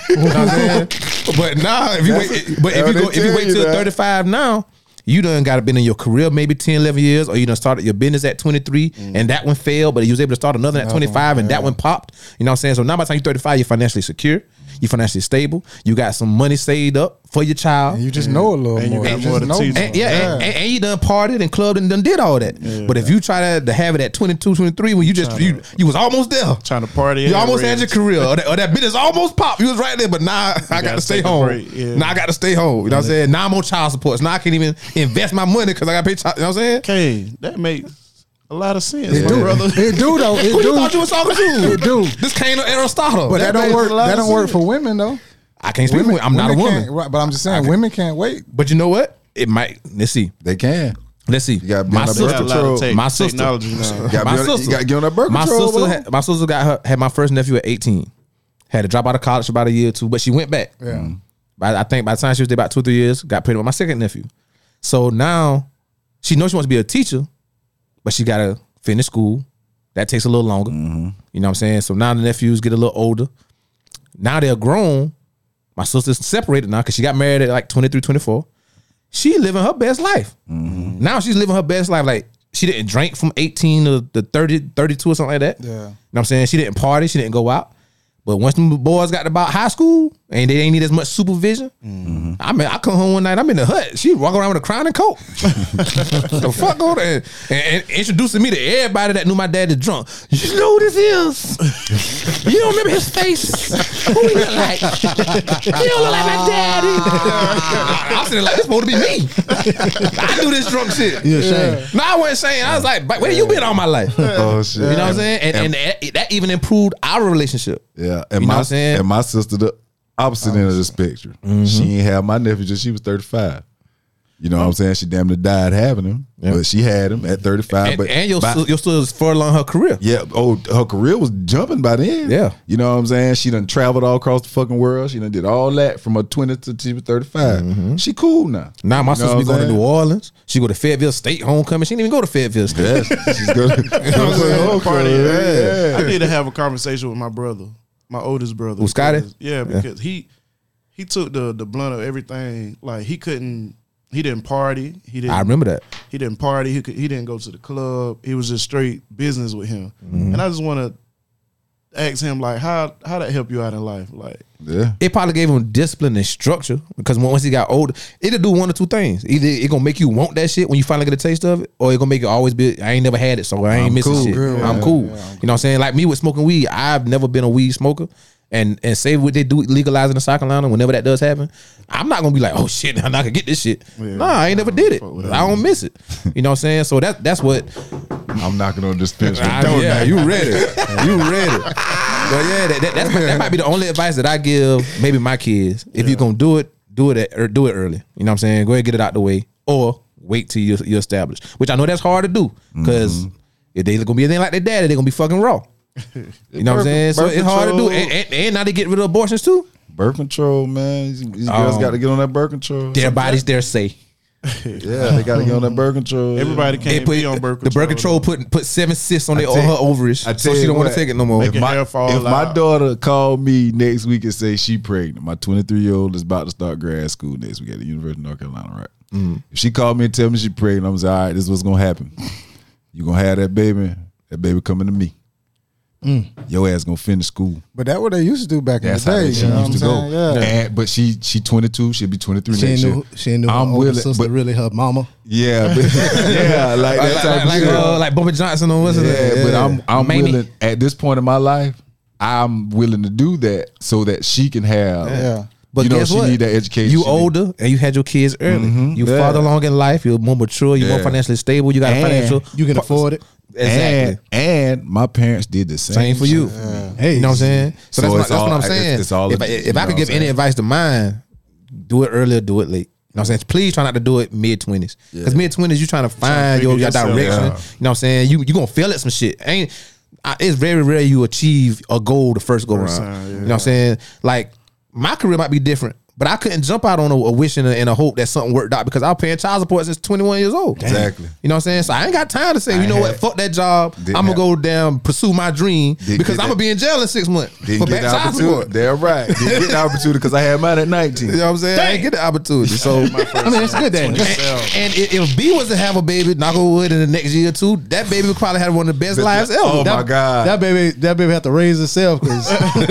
Speaker 1: You know what I'm saying? But now, if you wait, but if
Speaker 2: how
Speaker 1: you
Speaker 2: they
Speaker 1: go, if you
Speaker 2: tell
Speaker 1: wait
Speaker 2: you
Speaker 1: till
Speaker 2: that.
Speaker 1: 35 now, you done got to been in your career maybe 10, 11 years, or you done started your business at 23 and that one failed, but you was able to start another at 25 and that one popped. You know what I'm saying? So now by the time you're 35, you're financially secure, you're financially stable, you got some money saved up for your child.
Speaker 4: And you just know a little
Speaker 3: And you
Speaker 4: more.
Speaker 3: got
Speaker 4: just
Speaker 3: more to
Speaker 4: know
Speaker 3: teach
Speaker 1: And, yeah, And, and, and you done partied and clubbed and done did all that. But if you try to, to have it at 22, 23, when you just you, you was almost there,
Speaker 3: Trying to party.
Speaker 1: you
Speaker 3: at
Speaker 1: almost had
Speaker 3: Red's.
Speaker 1: your career, or that, or that business almost popped. You was right there, but now I got to
Speaker 3: gotta
Speaker 1: stay
Speaker 3: take a
Speaker 1: home.
Speaker 3: break, yeah.
Speaker 1: Now I got to stay home. You know what I'm saying? Now I'm on child support. Now I can't even invest my money because I got to pay. Child, you know what I'm saying?
Speaker 3: Okay, that makes a lot of sense,
Speaker 4: It
Speaker 3: my
Speaker 4: do,
Speaker 3: brother.
Speaker 4: it do though. It
Speaker 1: Who you
Speaker 4: do.
Speaker 1: thought you was talking to?
Speaker 4: It do.
Speaker 1: This Cain or Aristotle.
Speaker 4: But that, don't
Speaker 1: makes
Speaker 4: work.
Speaker 1: a lot
Speaker 4: That
Speaker 1: of
Speaker 4: don't work
Speaker 1: sense.
Speaker 4: for women though.
Speaker 1: I can't speak. for women. I'm not a
Speaker 4: Women
Speaker 1: woman.
Speaker 4: can't- Right, but I'm just saying, women can't wait.
Speaker 1: But you know what? It might. Let's see.
Speaker 2: They can.
Speaker 1: Let's see.
Speaker 2: You gotta be
Speaker 1: my
Speaker 2: on that
Speaker 1: sister.
Speaker 2: birth control.
Speaker 3: tech-
Speaker 1: my sister.
Speaker 3: technology now.
Speaker 2: You gotta,
Speaker 1: My
Speaker 2: be on, you
Speaker 1: sister-
Speaker 2: gotta get on that birth
Speaker 1: my
Speaker 2: control.
Speaker 1: sister,
Speaker 2: bro.
Speaker 1: had, my sister got her had my first nephew at eighteen. Had to drop out of college for about a year or two, but she went back.
Speaker 4: Yeah.
Speaker 2: Mm-hmm.
Speaker 1: By, I think by the time she was there about two three years, got pregnant with my second nephew. So now she knows she wants to be a teacher, but she gotta finish school. That takes a little longer. You know what I'm saying? So now the nephews get a little older. Now they're grown. My sister's separated now because she got married at like 23, 24. She living her best life. Now she's living her best life. Like she didn't drink from 18 to, to 30, 32 or something like that. You
Speaker 4: Yeah.
Speaker 1: know what I'm saying? She didn't party. She didn't go out. But once them boys got about high school and they ain't need as much supervision, I mean, I come home one night, I'm in the hut. She walk around with a crown and coat. the fuck on and, and, and introducing me to everybody that knew my dad is drunk. You know who this is. you don't remember his face. Who he look like? He don't look like my daddy. I'm sitting like this supposed to be me. I do this drunk shit.
Speaker 5: You ashamed.
Speaker 1: No, I wasn't saying. I was like, but where you been all my life? You know
Speaker 2: Oh shit.
Speaker 1: what I'm saying? And, and, that- that even improved our relationship.
Speaker 2: Yeah, and
Speaker 1: You know
Speaker 2: my
Speaker 1: what I'm saying? Mm-hmm.
Speaker 2: and my sister the opposite end of the spectrum. She ain't have my nephew till she was thirty five. You know what I'm saying? She damn near died having him, but she had him at thirty five.
Speaker 1: And,
Speaker 2: But
Speaker 1: and your,
Speaker 2: by-
Speaker 1: sis- your sister's furlong her career.
Speaker 2: yeah, oh, her career was jumping by then.
Speaker 1: Yeah.
Speaker 2: you know what I'm saying? She done traveled all across the fucking world. She done did all that from her twenty to she was thirty
Speaker 1: Mm-hmm.
Speaker 2: She cool now.
Speaker 1: Now my
Speaker 2: You know
Speaker 1: sister be
Speaker 2: what I'm
Speaker 1: going to
Speaker 2: saying?
Speaker 1: New Orleans. She go to Fayetteville State homecoming. She didn't even go to Fayetteville State.
Speaker 2: Yes, she's good.
Speaker 3: Yeah, party.
Speaker 2: Yeah.
Speaker 3: I need to have a conversation with my brother, my oldest brother.
Speaker 1: Who, Scotty?
Speaker 3: Because- Yeah, because he he took the the blunt of everything. Like he couldn't he didn't party. He didn't.
Speaker 1: I remember that.
Speaker 3: He didn't party. He could, he didn't go to the club. He was just straight business with him.
Speaker 1: Mm-hmm.
Speaker 3: And I just want to ask him like, how how that help you out in life? Like,
Speaker 2: Yeah.
Speaker 1: It probably gave him discipline and structure because when- once he got older, it'll do one or two things. Either it gonna make you want that shit when you finally get a taste of it, or it gonna make you always be. I ain't never had it, so I ain't missing
Speaker 2: cool.
Speaker 1: shit.
Speaker 2: Yeah,
Speaker 1: I'm cool. you know what I'm saying? Like me with smoking weed, I've never been a weed smoker. And and say what they do legalizing the South Carolina, whenever that does happen, I'm not gonna be like, oh shit, now I can get this shit. nah, I ain't never did it. I don't miss it. You know what I'm saying? So that that's what
Speaker 2: I'm knocking on this fence.
Speaker 1: I-
Speaker 2: Don't
Speaker 1: Ah, yeah.
Speaker 2: knock. You read it. You read it.
Speaker 1: But yeah, that, that, that's, that might be the only advice that I give maybe my kids. If you're gonna do it, do it at, or do it early. You know what I'm saying? Go ahead, get it out the way, or wait till you you establish. Which I know that's hard to do because
Speaker 2: Mm-hmm.
Speaker 1: if they gonna be anything like their daddy, they're gonna be fucking raw. You know what I'm saying? So
Speaker 3: birth
Speaker 1: it's hard to do.
Speaker 3: control.
Speaker 1: And, and, and now they get rid of abortions too.
Speaker 2: Birth control, man. These, these girls
Speaker 1: Um,
Speaker 2: got to get on that birth control.
Speaker 1: Their bodies, their say.
Speaker 2: Yeah, they got to get on that birth control.
Speaker 3: everybody can't
Speaker 1: They put-
Speaker 3: be on birth
Speaker 1: the
Speaker 3: control.
Speaker 1: birth control put put seven cysts on their,
Speaker 2: tell you-
Speaker 1: her ovaries,
Speaker 2: I
Speaker 1: so
Speaker 2: tell
Speaker 1: she
Speaker 2: you
Speaker 1: don't want
Speaker 2: what.
Speaker 1: to take it no more.
Speaker 3: Make it-
Speaker 2: My,
Speaker 3: hair
Speaker 2: if
Speaker 3: fall
Speaker 2: my
Speaker 3: out.
Speaker 2: daughter called me next week and say she pregnant, my 23 year old is about to start grad school next week at the University of North Carolina, right? If she called me and tell me she pregnant, I'm say, all right, this is what's gonna happen. You gonna have that baby, that baby coming to me.
Speaker 5: Mm.
Speaker 2: Your ass gonna finish school.
Speaker 4: But that what they used to do back
Speaker 2: That's
Speaker 4: in
Speaker 2: how
Speaker 4: the day.
Speaker 2: they- she
Speaker 4: You know what I'm
Speaker 2: used to go.
Speaker 4: saying? Yeah.
Speaker 2: And- but she she 22, she'll be 23
Speaker 5: She
Speaker 2: next
Speaker 5: ain't
Speaker 2: year.
Speaker 5: knew. She ain't knew.
Speaker 2: I'm
Speaker 5: her older
Speaker 2: willing,
Speaker 5: sister
Speaker 2: but-
Speaker 5: really her mama.
Speaker 2: Yeah, but, yeah, like that
Speaker 1: like
Speaker 2: type
Speaker 1: like,
Speaker 2: of
Speaker 1: like,
Speaker 2: shit.
Speaker 1: uh, like Bubba Johnson on what's his
Speaker 2: Yeah,
Speaker 1: name?
Speaker 2: but I'm I'm
Speaker 1: Mamie.
Speaker 2: willing at this point in my life, I'm willing to do that so that she can have
Speaker 4: Yeah.
Speaker 1: But
Speaker 2: you know
Speaker 1: guess
Speaker 2: she
Speaker 1: what?
Speaker 2: need that education.
Speaker 1: You
Speaker 2: She
Speaker 1: older and you had your kids early. you
Speaker 2: Yeah.
Speaker 1: farther along in life. You're more mature. You're more
Speaker 2: Yeah.
Speaker 1: financially stable. You got a
Speaker 2: And
Speaker 1: financial.
Speaker 5: You can afford it.
Speaker 2: need-
Speaker 1: Exactly.
Speaker 2: And and my parents did the same.
Speaker 1: Same for you.
Speaker 5: Hey,
Speaker 1: You know what I'm saying? So,
Speaker 2: So
Speaker 1: that's, my,
Speaker 2: it's
Speaker 1: that's what
Speaker 2: all-
Speaker 1: I'm saying.
Speaker 2: it's- it's all-
Speaker 1: if I,
Speaker 2: you
Speaker 1: if
Speaker 2: know
Speaker 1: I
Speaker 2: what
Speaker 1: could
Speaker 2: I'm
Speaker 1: give any
Speaker 2: saying.
Speaker 1: advice to mine, do it early or do it late. You know what I'm saying? Please try not to do it mid twenties. Because mid twenties, you trying to find your,
Speaker 3: figure
Speaker 1: your
Speaker 3: yourself
Speaker 1: direction. You know
Speaker 3: out.
Speaker 1: what I'm saying? You you gonna fail at some shit. Ain't I, it's very rare you achieve a goal the first go round.
Speaker 3: time,
Speaker 1: You
Speaker 3: yeah.
Speaker 1: know what I'm saying? Like my career might be different, but I couldn't jump out on a, a wish and a, and a hope that something worked out because I was paying child support since 21 years old.
Speaker 2: Exactly.
Speaker 1: You know what I'm saying? So I ain't got time to say, you know what?
Speaker 2: had-
Speaker 1: Fuck that job. I'm
Speaker 2: Didn't
Speaker 1: gonna
Speaker 2: have-
Speaker 1: go down pursue my dream
Speaker 2: Didn't
Speaker 1: because
Speaker 2: get
Speaker 1: I'm
Speaker 2: that-
Speaker 1: gonna be in jail in six months
Speaker 2: Didn't get the opportunity. They're right. Didn't get the opportunity because I had mine at
Speaker 1: You
Speaker 2: 19.
Speaker 1: know what I'm saying? I didn't get the opportunity. So
Speaker 5: I mean, it's good that
Speaker 1: and, and if if B was to have a baby, knock on wood, in the next year or two, that baby would probably have one of the best lives ever.
Speaker 2: Oh
Speaker 1: that,
Speaker 2: my God.
Speaker 5: that baby, that baby had to raise herself because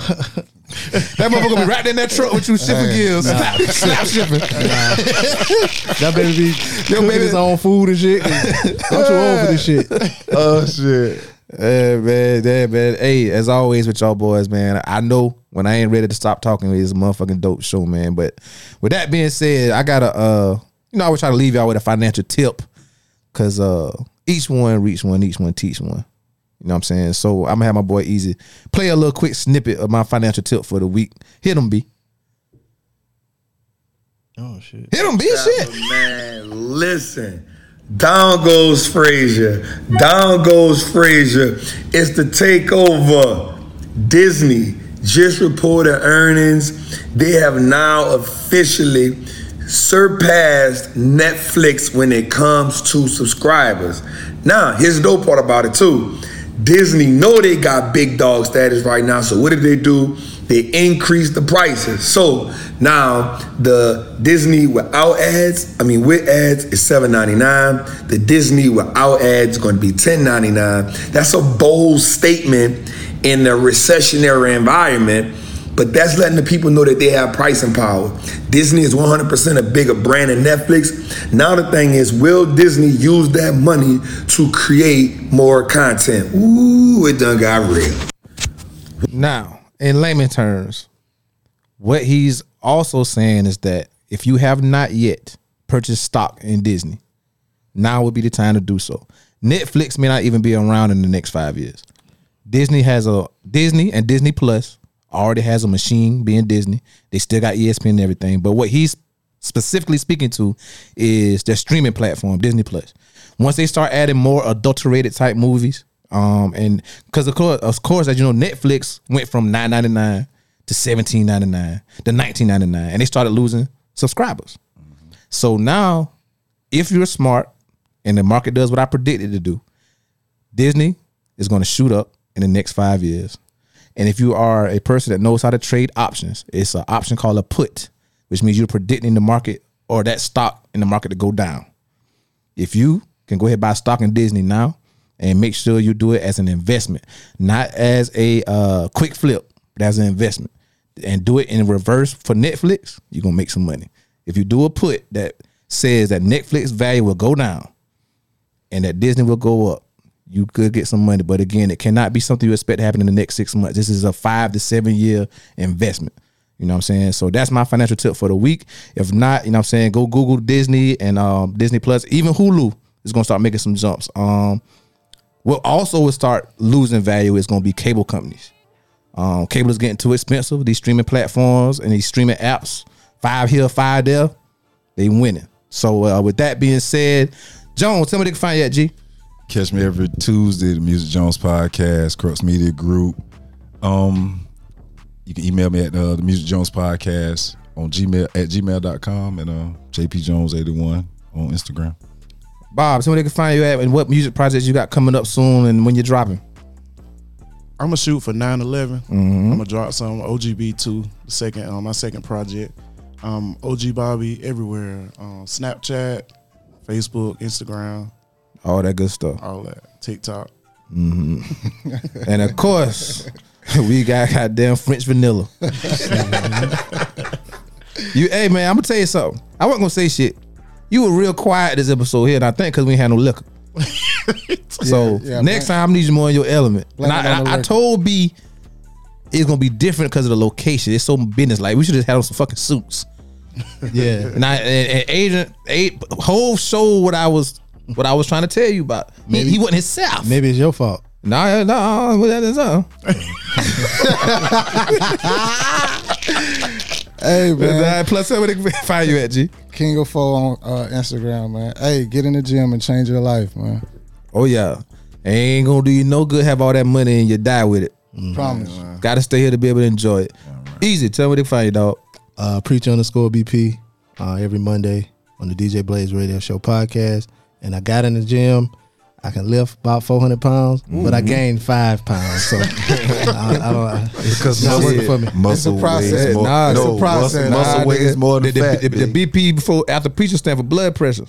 Speaker 1: That motherfucker gonna be right there in that truck with you shipping gears, slap, slap shipping.
Speaker 5: that baby be cooking
Speaker 1: baby-
Speaker 5: his own food and shit. 'cause I'm too old for this shit.
Speaker 2: oh shit.
Speaker 1: Yeah, man, yeah, man. Hey, as always with y'all boys, man. I know when I ain't ready to stop talking, it's a motherfucking dope show, man. But with that being said, I gotta uh you know, I would try to leave y'all with a financial tip. Cause uh each one reach one, each one teach one. You know what I'm saying? So I'm gonna have my boy Easy play a little quick snippet of my financial tip for the week. Hit him B.
Speaker 5: Oh shit!
Speaker 1: Hit him B shit.
Speaker 7: Man, listen. Down goes Frazier. Down goes Frazier. It's the takeover. Disney just reported earnings. They have now officially surpassed Netflix when it comes to subscribers. Now, here's the dope part about it too. Disney know they got big dog status right now, so what did they do? They increased the prices. So now the Disney without ads, I mean with ads is $7.99. The Disney without ads is gonna be $10.99. That's a bold statement in the recessionary environment, but that's letting the people know that they have pricing power. Disney is 100% a bigger brand than Netflix. Now the thing is, will Disney use that money to create more content? Ooh, it done got real.
Speaker 1: Now, in layman terms, what he's also saying is that if you have not yet purchased stock in Disney, now would be the time to do so. Netflix may not even be around in the next five years. Disney has a Disney and Disney Plus already has a machine being Disney. They still got E ESPN and everything. But what he's specifically speaking to is their streaming platform, Disney Plus. Once they start adding more adulterated type movies, um, and because of course, of course, as you know, Netflix went from nine ninety nine to seventeen ninety nine to nineteen ninety nine, and they started losing subscribers. So now, if you're smart and the market does what I predicted to do, Disney is going to shoot up in the next five years. And if you are a person that knows how to trade options, it's an option called a put, which means you're predicting the market
Speaker 5: or that stock in the market to go down. If you can go ahead and buy stock in Disney now and make sure you do it as an investment, not as a uh, quick flip, but as an investment, and do it in reverse for Netflix, you're gonna make some money. If you do a put that says that Netflix value will go down and that Disney will go up, you could get some money. But again, it cannot be something you expect to happen in the next six months. This is a five to seven year investment. You know what I'm saying? So that's my financial tip for the week. If not, you know what I'm saying, go Google Disney and um, Disney Plus, even Hulu is gonna start making some jumps. Um, what also will start losing value is gonna be cable companies. Um, cable is getting too expensive. These streaming platforms and these streaming apps, five here, five there, they winning. So uh, with that being said, Joan, tell me they can find you at G.
Speaker 2: Catch me every Tuesday, the Music Jones Podcast, Crux Media Group. Um, you can email me at uh, the Music Jones Podcast on Gmail at gmail.com and uh, JP Jones 81 on Instagram.
Speaker 5: Bob, tell me they can find you at and what music projects you got coming up soon and when you're dropping.
Speaker 3: I'm gonna shoot for 9/11.
Speaker 1: Mm-hmm.
Speaker 3: I'm gonna drop some OGB2, the second um, my second project. Um, OG Bobby everywhere, um, Snapchat, Facebook, Instagram,
Speaker 5: All that good stuff.
Speaker 3: all that, TikTok.
Speaker 5: And of course, we got goddamn French vanilla. you, hey man, I'm gonna tell you something. I wasn't gonna say shit. You were real quiet this episode here, and I think because we ain't had no liquor. so
Speaker 4: yeah,
Speaker 5: next
Speaker 4: blame-
Speaker 5: time, I need you more in your element. And
Speaker 4: Blame it
Speaker 5: I,
Speaker 4: on
Speaker 5: and
Speaker 4: the
Speaker 5: I, I
Speaker 4: liquor.
Speaker 5: told B it's gonna be different because of the location. It's so business like. We should just have on some fucking suits.
Speaker 8: Yeah.
Speaker 5: And I and, and Agent a, whole show what I was what I was trying to tell you about. He- he, wasn't himself.
Speaker 8: Maybe it's your fault.
Speaker 5: No, no, what that is uh,
Speaker 4: Hey man,
Speaker 5: Nah, Plus, somebody can find you at G.
Speaker 4: King of Four on uh, Instagram, man. Hey, get in the gym and change your life, man.
Speaker 5: Oh yeah, ain't gonna do you no good. Have all that money and you die with it.
Speaker 4: Promise.
Speaker 5: Got to stay here to be able to enjoy it. Easy. Tell me where they can find you, dog.
Speaker 8: uh, preach underscore BP uh, every Monday on the DJ Blaze Radio Show podcast. And I got in the gym. I can lift about 400 pounds, but I gained five pounds. So I, I don't, it's
Speaker 2: Because
Speaker 8: not
Speaker 2: muscle,
Speaker 8: working for me.
Speaker 2: muscle
Speaker 4: It's a process.
Speaker 2: weighs more.
Speaker 5: Nah, it's a
Speaker 2: no, Muscle,
Speaker 4: process. Nah,
Speaker 2: muscle weighs more than
Speaker 5: the,
Speaker 2: fat.
Speaker 5: The, the
Speaker 2: bitch.
Speaker 5: BP before after preacher stand for blood pressure.